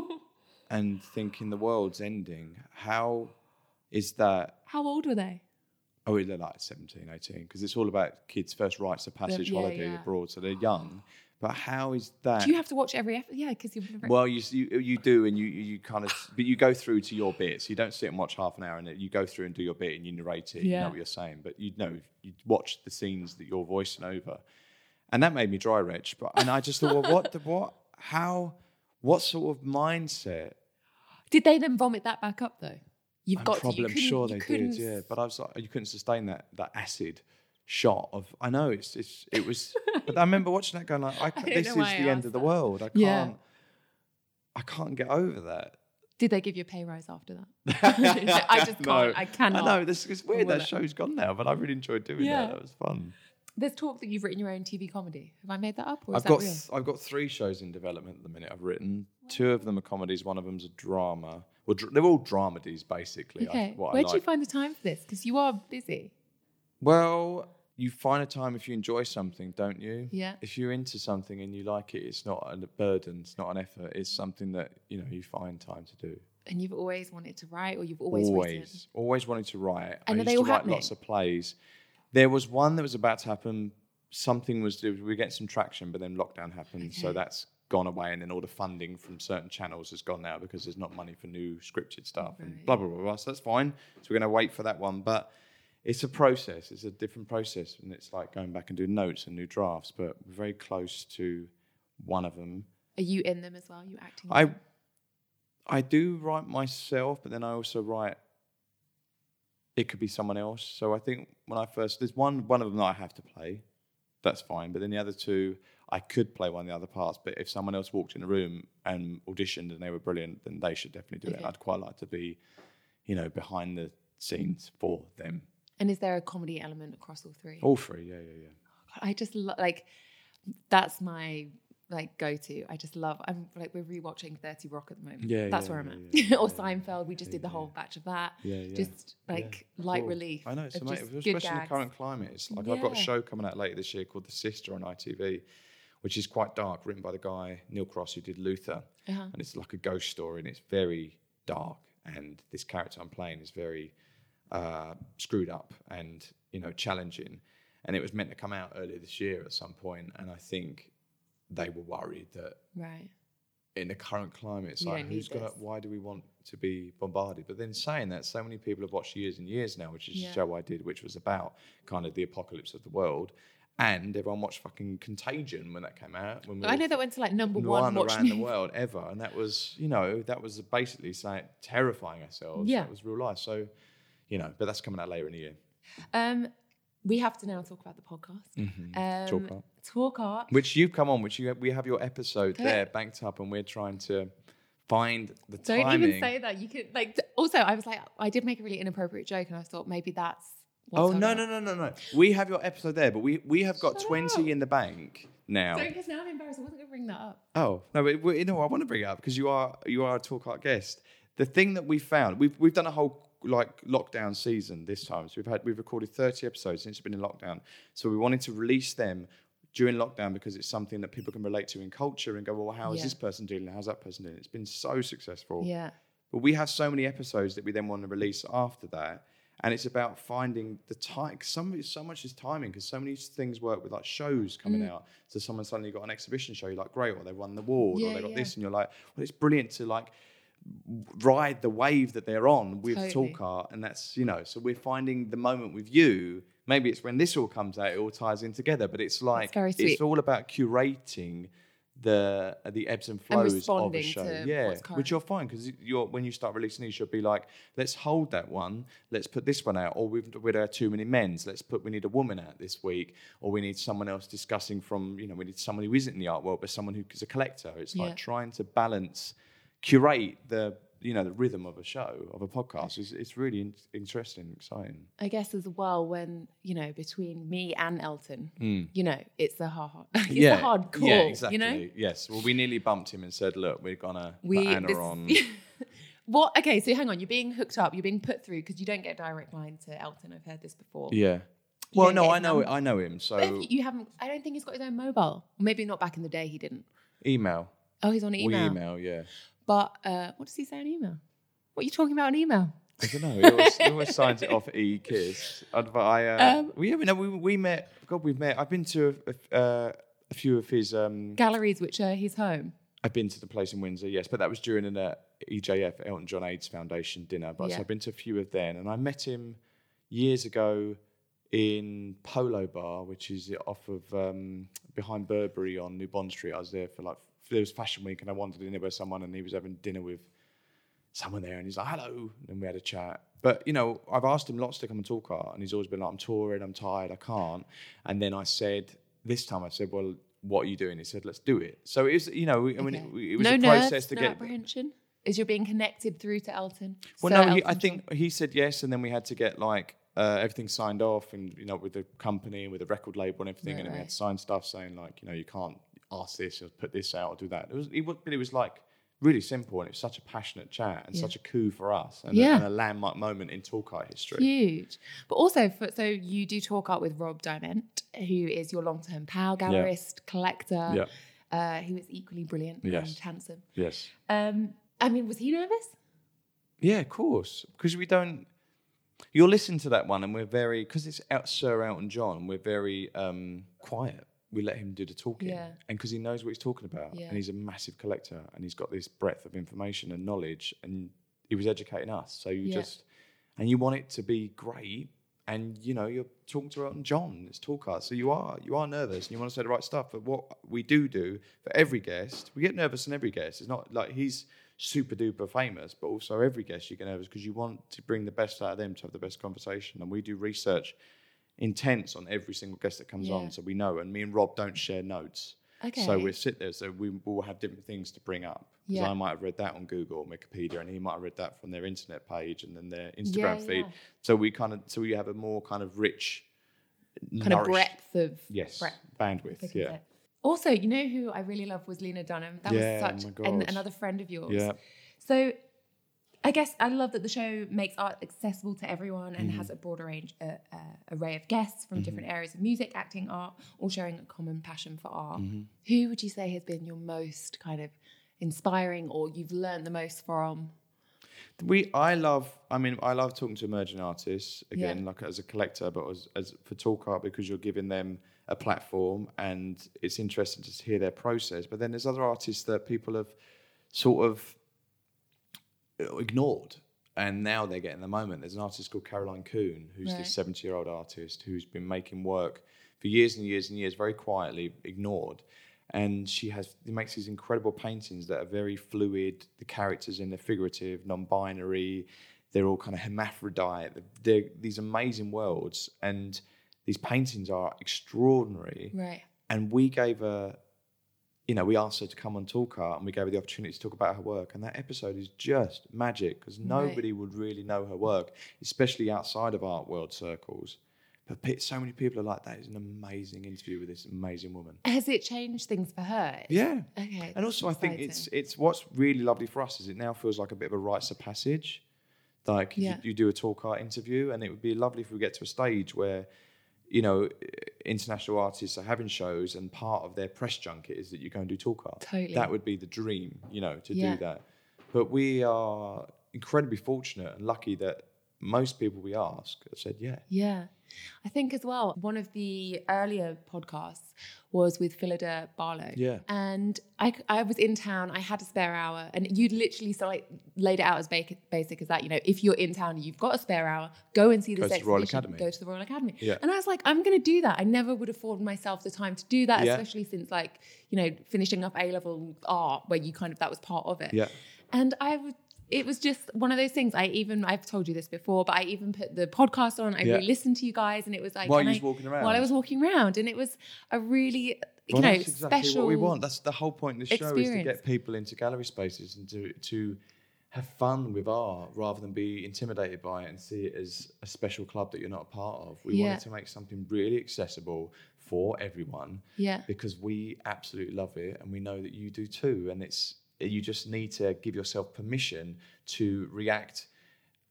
and thinking the world's ending. How is that how old were they? Oh, we look like 17, 18, because it's all about kids' first rites of passage yeah, holiday yeah. abroad, so they're young. But how is that? Do you have to watch every episode? Yeah, because you've never. Uh, well, you, s- you you do, and you you kind of, but you go through to your bits. You don't sit and watch half an hour, and you go through and do your bit, and you narrate it. You Yeah. know what you're saying, but you know you watch the scenes that you're voicing over, and that made me dry rich. But and I just thought, well, what the what? How? What sort of mindset? Did they then vomit that back up though? You've got. probably, to, you couldn't- I'm sure you they did, couldn't- yeah. But I was like, you couldn't sustain that that acid shot of. I know it's it's it was. but I remember watching that going like, I, don't this know is the why I end asked of the that. world. I can't. Yeah. I can't get over that. Did they give you a pay rise after that? I just can't. I cannot. I know this is weird. will That it. show's gone now, but I really enjoyed doing Yeah. that. That was fun. There's talk that you've written your own TV comedy. Have I made that up, or is I've that got real? th- I've got three shows in development at the minute. I've written two of them are comedies. One of them's a drama. Well, dr- they're all dramedies basically. I- Okay. what I Where do you like. find the time for this? Because you are busy. Well, you find a time if you enjoy something, don't you? Yeah. If you're into something and you like it, it's not a burden, it's not an effort, it's something that, you know, you find time to do. And you've always wanted to write, or you've always, Always, written. always, wanted to write. And I are they all used to write happening? lots of plays. There was one that was about to happen. Something was, we were getting some traction, but then lockdown happened. So that's gone away. And then all the funding from certain channels has gone now because there's not money for new scripted stuff and blah, blah, blah, blah. So that's fine. So we're going to wait for that one. But it's a process. It's a different process, and it's like going back and doing notes and new drafts. But we're very close to one of them. Are you in them as well? you acting? in I them? I do write myself, but then I also write. It could be someone else. So I think when I first there's one one of them that I have to play. That's fine, but then the other two I could play one of the other parts. But if someone else walked in the room and auditioned and they were brilliant, then they should definitely do Okay. it. I'd quite like to be, you know, behind the scenes for them. And is there a comedy element across all three? All three, yeah, yeah, yeah. God, I just lo- like that's my like go to. I just love. I'm like we're rewatching Thirty Rock at the moment. Yeah, that's yeah, where I'm yeah, at. yeah, yeah, or yeah, Seinfeld. We just did the whole batch of that. Yeah, yeah. Just like light Cool. relief. I know, it's of amazing, just especially good in the gags. current climate. It's like I've got a Yeah. show coming out later this year called The Sister on ITV, which is quite dark, written by the guy Neil Cross who did Luther, Uh-huh. and it's like a ghost story, and it's very dark. And this character I'm playing is very uh, screwed up and you know challenging. And it was meant to come out earlier this year at some point, and I think they were worried that Right. in the current climate, it's You like don't need who's gonna? this. Why do we want to be bombarded? But then saying that, so many people have watched years and years now, which is Yeah. a show I did, which was about kind of the apocalypse of the world, and everyone watched fucking Contagion when that came out. When we I were know that went to like number one. one watch around the me. world ever, and that was you know that was basically saying terrifying ourselves. Yeah. that was real life. So you know, but that's coming out later in the year. Um, we have to now talk about the podcast. Um, Mm-hmm. Talk art. Talk art. Which you've come on, which you we have your episode Don't- there banked up, and we're trying to find the Don't timing. even say that. You could like. th- Also, I was like, I did make a really inappropriate joke, and I thought maybe that's. what's Oh holding no up. no no no no! We have your episode there, but we we have got Shut twenty up. in the bank now. Don't, because now I'm embarrassed. I wasn't going to bring that up. Oh no! But, we- no, I want to bring it up because you are you are a talk art guest. The thing that we found, we've we've done a whole like lockdown season this time. So we've had we've recorded thirty episodes since it's been in lockdown. So we wanted to release them during lockdown because it's something that people can relate to in culture and go, well, how is Yeah. this person dealing? How's that person doing? It's been so successful. Yeah. But we have so many episodes that we then want to release after that. And it's about finding the time. Some so much is timing because so many things work with like shows coming Mm. out. So someone suddenly got an exhibition show, you're like, great, or they won the award, Yeah, or they got yeah. this, and you're like, well, it's brilliant to like ride the wave that they're on with Totally. talk art, and that's you know. So we're finding the moment with you. Maybe it's when this all comes out, it all ties in together. But it's like very it's sweet. all about curating the the ebbs and And flows of a responding show. to yeah, what's current. which you're fine because you're when you start releasing these, you'll be like, let's hold that one, let's put this one out, or we've with our too many men's, let's put we need a woman out this week, or we need someone else discussing from you know we need someone who isn't in the art world but someone who is a collector. It's Yeah. like trying to balance, curate the you know the rhythm of a show of a podcast. It's, it's really in- interesting, exciting. I guess as well when you know between me and Elton, you know it's a hard, it's a hard call. Hmm. Yeah, exactly. You know Yes. Well, we nearly bumped him and said, look, we're gonna We- put Anna this- on. what? Okay, so hang on, you're being hooked up, you're being put through because you don't get a direct line to Elton. I've heard this before. yeah. Well, don't no, get I his know, number. I know him. So But if you haven't, I don't think he's got his own mobile. Maybe not back in the day he didn't. email. Oh, he's on email. We email, yeah. But uh, what does he say on email? What are you talking about on email? I don't know. He always, he always signs it off E Kiss. And, but I, uh, Um, we, yeah, we, know, we, we met. God, we've met. I've been to a, a, uh, a few of his. Um, Galleries, which are his home. I've been to the place in Windsor, yes, but that was during an uh, EJF Elton John AIDS Foundation dinner. But Yeah. so I've been to a few of them, and I met him years ago in Polo Bar, which is off of um, behind Burberry on New Bond Street. I was there for like there was Fashion Week, and I wandered in there with someone, and he was having dinner with someone there, and he's like, "Hello," and we had a chat. But you know, I've asked him lots to come and talk art, and he's always been like, "I'm touring, I'm tired, I can't." And then I said, "This time," I said, "Well." What are you doing? He said, "Let's do it." So it was, you know, I mean, Okay. it, it was no a nerves, process to no get. apprehension. Is you're being connected through to Elton? Well, Sir no, he, I Elton John. think he said yes, and then we had to get like uh, everything signed off, and you know, with the company and with the record label and everything, Right, and then we right. had to sign stuff saying like, you know, you can't ask this or put this out or do that. It was, it was, but it was like really simple, and it was such a passionate chat and Yeah. such a coup for us, and, Yeah. a, and a landmark moment in talk art history. huge. But also, for, so you do talk art with Rob Diamant, who is your long-term pal, gallerist, collector, Yeah. uh, who is equally brilliant Yes. and handsome. Yes. Um, I mean, was he nervous? Yeah, of course. Because we don't. You'll listen to that one, and we're very because it's out Sir Elton John. We're very um, quiet. We let him do the talking, Yeah. and because he knows what he's talking about, Yeah. and he's a massive collector, and he's got this breadth of information and knowledge, and he was educating us. So you Yeah. just and you want it to be great, and you know you're talking to Elton John. It's talk art, so you are you are nervous, and you want to say the right stuff. But what we do do for every guest, we get nervous on every guest. It's not like he's super duper famous, but also every guest you get nervous because you want to bring the best out of them to have the best conversation. And we do research intense on every single guest that comes Yeah. on, so we know. And me and Rob don't share notes. Okay. So we sit there, so we will have different things to bring up. Because Yeah. I might have read that on Google and Wikipedia, and he might have read that from their internet page and then their Instagram yeah, feed. yeah. So we kind of, so we have a more kind of rich, Kind of breadth of yes, breadth. bandwidth, Thick and yeah, thin. Also, you know who I really love was Lena Dunham. That Yeah, oh was my such God. and another friend of yours. yeah, So I guess I love that the show makes art accessible to everyone and Mm-hmm. has a broader range, uh, uh, array of guests from different areas of music, acting, art, all sharing a common passion for art. Mm-hmm. Who would you say has been your most kind of inspiring or you've learned the most from? we i love i mean i love talking to emerging artists again Yeah. like as a collector but as, as for talk art because you're giving them a platform and it's interesting to hear their process but then there's other artists that people have sort of uh, ignored and now they're getting the moment there's an artist called caroline coon who's Right. this 70 year old artist who's been making work for years and years and years very quietly ignored and she has she makes these incredible paintings that are very fluid the characters in there figurative non-binary they're all kind of hermaphrodite they're these amazing worlds and these paintings are extraordinary Right. and we gave her, you know, we asked her to come on Talk Art and we gave her the opportunity to talk about her work. And that episode is just magic because Right. nobody would really know her work, especially outside of art world circles. But pe- so many people are like, that is an amazing interview with this amazing woman. Has it changed things for her? Yeah. Okay. And also, I think exciting. it's it's what's really lovely for us is it now feels like a bit of a rites of passage. Like Yeah. you, you do a talk art interview, and it would be lovely if we get to a stage where, you know, international artists are having shows, and part of their press junket is that you go and do talk art. Totally. That would be the dream, you know, to Yeah. do that. But we are incredibly fortunate and lucky that most people we ask have said, yeah. Yeah. I think as well, one of the earlier podcasts was with Phillida Barlow. Yeah. And I, I was in town, I had a spare hour, and you literally so like laid it out as ba- basic as that. You know, if you're in town and you've got a spare hour, go and see this Go to the Royal exhibition, Academy. Go to the Royal Academy. Yeah. And I was like, I'm going to do that. I never would afford myself the time to do that, Yeah. especially since like, you know, finishing up A level art where you kind of, that was part of it. Yeah. And I would, it was just one of those things. I even, I've told you this before, but I even put the podcast on. I Yeah. re-listened to you guys, and it was like While and you was I- walking around. While I was walking around, and it was a really, you Well, know, that's exactly special. what we want. That's the whole point of the show is to experience. get people into gallery spaces and to to have fun with art rather than be intimidated by it and see it as a special club that you're not a part of. We Yeah. wanted to make something really accessible for everyone Yeah. because we absolutely love it and we know that you do too. And it's you just need to give yourself permission to react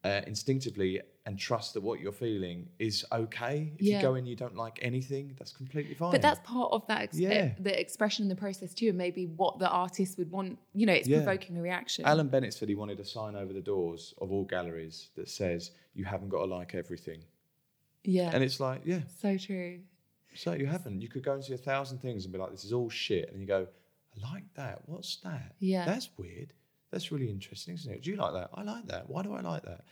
uh, instinctively and trust that what you're feeling is okay. If Yeah. you go in, you don't like anything, that's completely fine. But that's part of that, ex- Yeah. the expression in the process too, and maybe what the artist would want. You know, it's Yeah. provoking a reaction. Alan Bennett said he wanted a sign over the doors of all galleries that says, You haven't got to like everything. yeah, And it's like, Yeah, so true. so you haven't. You could go and see a thousand things and be like, This is all shit. And you go, I like that. What's that? Yeah. That's weird. That's really interesting, isn't it? Do you like that? I like that. Why do I like that?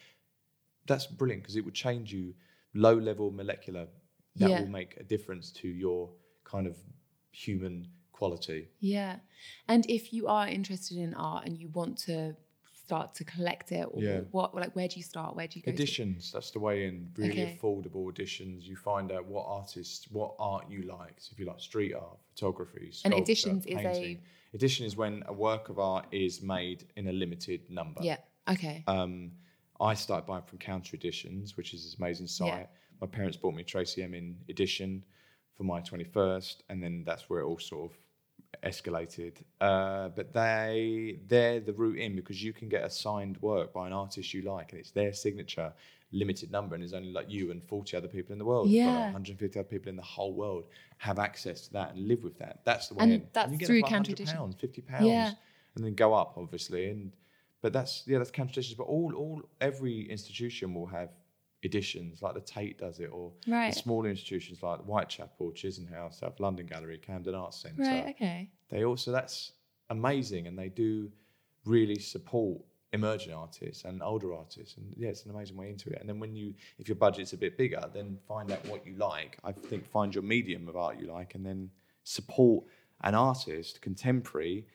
That's brilliant because it would change you low level molecular. That Yeah. will make a difference to your kind of human quality. Yeah, and if you are interested in art and you want to start to collect it, or Yeah. what, like, where do you start? Where do you go? to? Editions, that's the way in. Really Okay. affordable editions. You find out what artists, what art you like. So if you like street art, photography, And sculpture, editions is a- painting. Edition is when a work of art is made in a limited number. Yeah. Okay. Um, I started buying from Counter Editions, which is this amazing site. Yeah. My parents bought me a Tracy Emin edition for my 21st, and then that's where it all sort of escalated. Uh, but they they're the route in because you can get a signed work by an artist you like, and it's their signature, limited number, and there's only like you and 40 other people in the world. There's probably Yeah. 150 other people in the whole world have access to that and live with that. That's the way. And in. that's you get it through for like Counter 100 Editions. pounds, 50 pounds Yeah. and then go up obviously and but that's yeah that's counter editions but all all every institution will have editions like the tate does it or Right. the smaller institutions like whitechapel chisholm house south london gallery camden arts centre right. Okay. they also that's amazing and they do really support emerging artists and older artists and yeah it's an amazing way into it and then when you if your budget's a bit bigger then find out what you like i think find your medium of art you like and then support an artist contemporary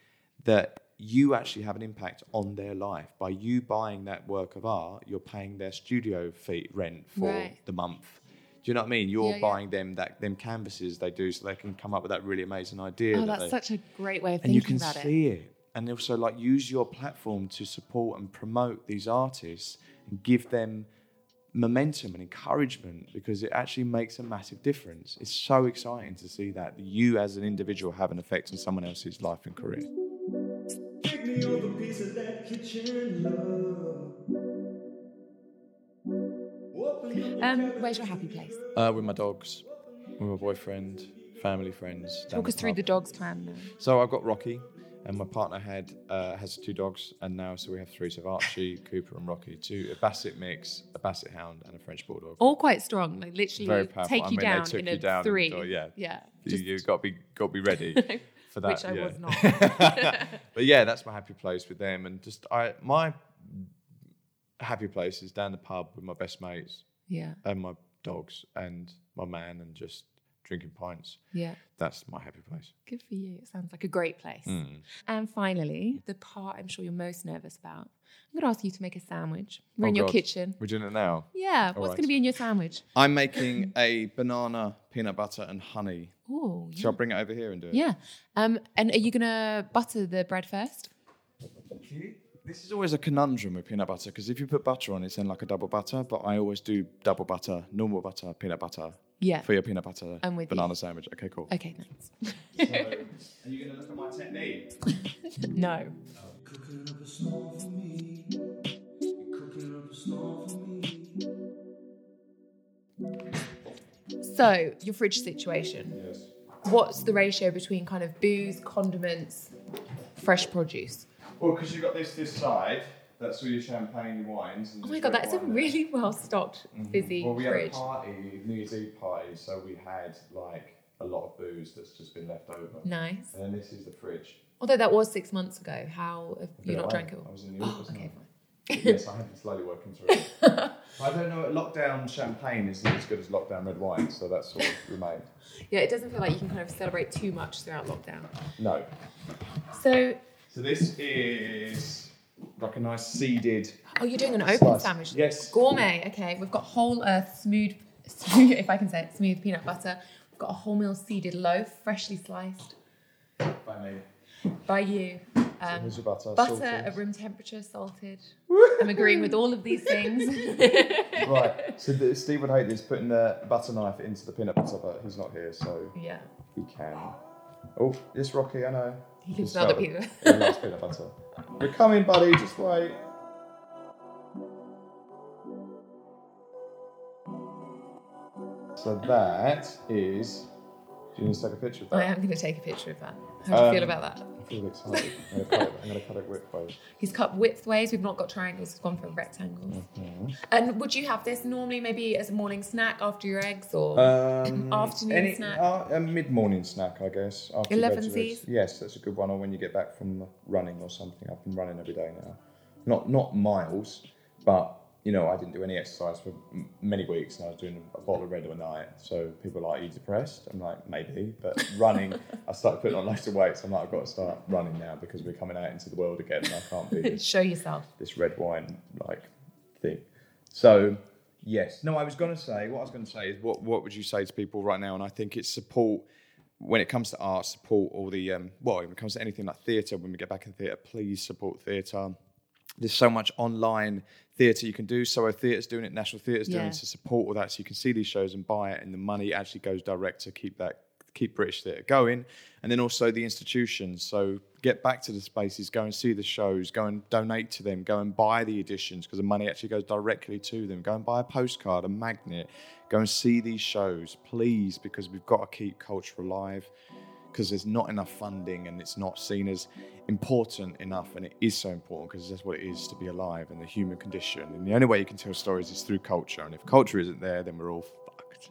that you actually have an impact on their life by you buying that work of art you're paying their studio fee rent for Right. the month do you know what i mean you're Yeah, yeah. buying them that them canvases they do so they can come up with that really amazing idea Oh, that that's they- such a great way of and thinking you can about it. see it. and also like use your platform to support and promote these artists and give them momentum and encouragement because it actually makes a massive difference it's so exciting to see that you as an individual have an effect on someone else's life and career Take me over a piece of that kitchen love. Open up the Um, cabinet where's your happy place? Uh, with my dogs, with my boyfriend, family, friends. down Walk us through pub. the dog's plan now. So I've got Rocky, and my partner had uh, has two dogs, and now so we have three. So Archie, Cooper, and Rocky. Two a basset mix, a basset hound, and a French bulldog. All quite strong, like literally Very powerful. take you I mean, they down took in you a down in the three. door, yeah. yeah. You, Just- you've got to be got to be ready for that. which I yeah. was not. but yeah, that's my happy place with them, and just I my happy place is down the pub with my best mates Yeah, and my dogs and my man, and just drinking pints. yeah. That's my happy place. Good for you. It sounds like a great place. Hmm. And finally, the part I'm sure you're most nervous about. I'm going to ask you to make a sandwich. We're Oh, in your God. kitchen. We're doing it now. Yeah. All what's right. going to be in your sandwich? I'm making a banana, peanut butter, and honey. Oh, yeah. Shall I bring it over here and do it? yeah. Um, and are you going to butter the bread first? This is always a conundrum with peanut butter because if you put butter on, it's then like a double butter. But I always do double butter, normal butter, peanut butter Yeah. for your peanut butter I'm with you. banana sandwich. Okay, cool. Okay, thanks. Are you going to look at my technique? no. Cooking up a storm for me. Cooking up a storm for me. So your fridge situation. Yes. What's the ratio between kind of booze, condiments, fresh produce? Well, because you've got this this side. That's all your champagne, your wines. And Oh my just god, red that's a wine there. really well stocked, busy Mm-hmm. Well, we had a fridge. party, New Year's Eve party, so we had like a lot of booze that's just been left over. Nice. And then this is the fridge. Although that was six months ago. How have I you don't not know, drank I- it all? I was in the Oh, office. okay, now. fine. yes, I have been slowly working through it. I don't know. Lockdown champagne isn't as good as lockdown red wine, so that's sort of remained. Yeah, it doesn't feel like you can kind of celebrate too much throughout lockdown. No. So, So this is like a nice seeded. oh, you're doing an open Slice. sandwich. Yes. Gourmet. Okay, we've got whole earth smooth, smooth if I can say it, smooth peanut butter. We've got a wholemeal seeded loaf, freshly sliced By me. by you. Um, Here's your butter. butter salted. at room temperature, salted. I'm agreeing with all of these things. right. So th- Steve would hate this putting the butter knife into the peanut butter, but he's not here, so yeah, we can. Oh, it's Rocky. I know. he can Just smell the smell peanut. Yeah, loves peanut butter. We're coming, buddy. Just wait. So that is. Do you need to take a picture of that? I am going to take a picture of that. How do you Um, feel about that? I feel excited. I'm gonna cut it. I'm gonna cut it whip ways. He's cut width ways. We've not got triangles. We've gone for rectangles. Mm-hmm. And would you have this normally, maybe as a morning snack after your eggs, or Um, afternoon snack. Uh, a mid-morning snack, I guess. After you go to Elevensies? bed. Yes, that's a good one. Or when you get back from running or something. I've been running every day now. Not not miles, but you know, I didn't do any exercise for m- many weeks, and I was doing a bottle of red a night. So people are like, "Are you depressed?" I'm like, "Maybe," but running. I started putting on loads of weight, so I'm like, "I've got to start running now because we're coming out into the world again, and I can't be this show yourself? this red wine like thing. So yes, no, I was going to say what I was going to say is what what would you say to people right now? And I think it's support when it comes to art, support all the um, well when it comes to anything like theatre. When we get back in theatre, please support theatre. There's so much online theatre you can do. So theatre's doing it, National Theatre's doing Yeah. it to support all that. So you can see these shows and buy it, and the money actually goes direct to keep that keep British theatre going, and then also the institutions. So get back to the spaces, go and see the shows, go and donate to them, go and buy the editions because the money actually goes directly to them. Go and buy a postcard, a magnet, go and see these shows, please, because we've got to keep culture alive. Because there's not enough funding and it's not seen as important enough, and it is so important because that's what it is to be alive and the human condition. And the only way you can tell stories is through culture, and if culture isn't there, then we're all fucked.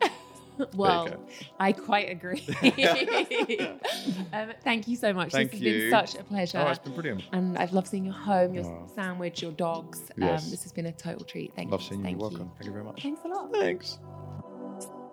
Well, go. I quite agree. um, thank you so much. Thank this has been you. such a pleasure. Oh, it's been brilliant. and I've loved seeing your home, your Oh. sandwich, your dogs. Um, Yes. this has been a total treat. Thank Love you. seeing you. Thank You're welcome. Thank you very much. Thanks a lot. Thanks.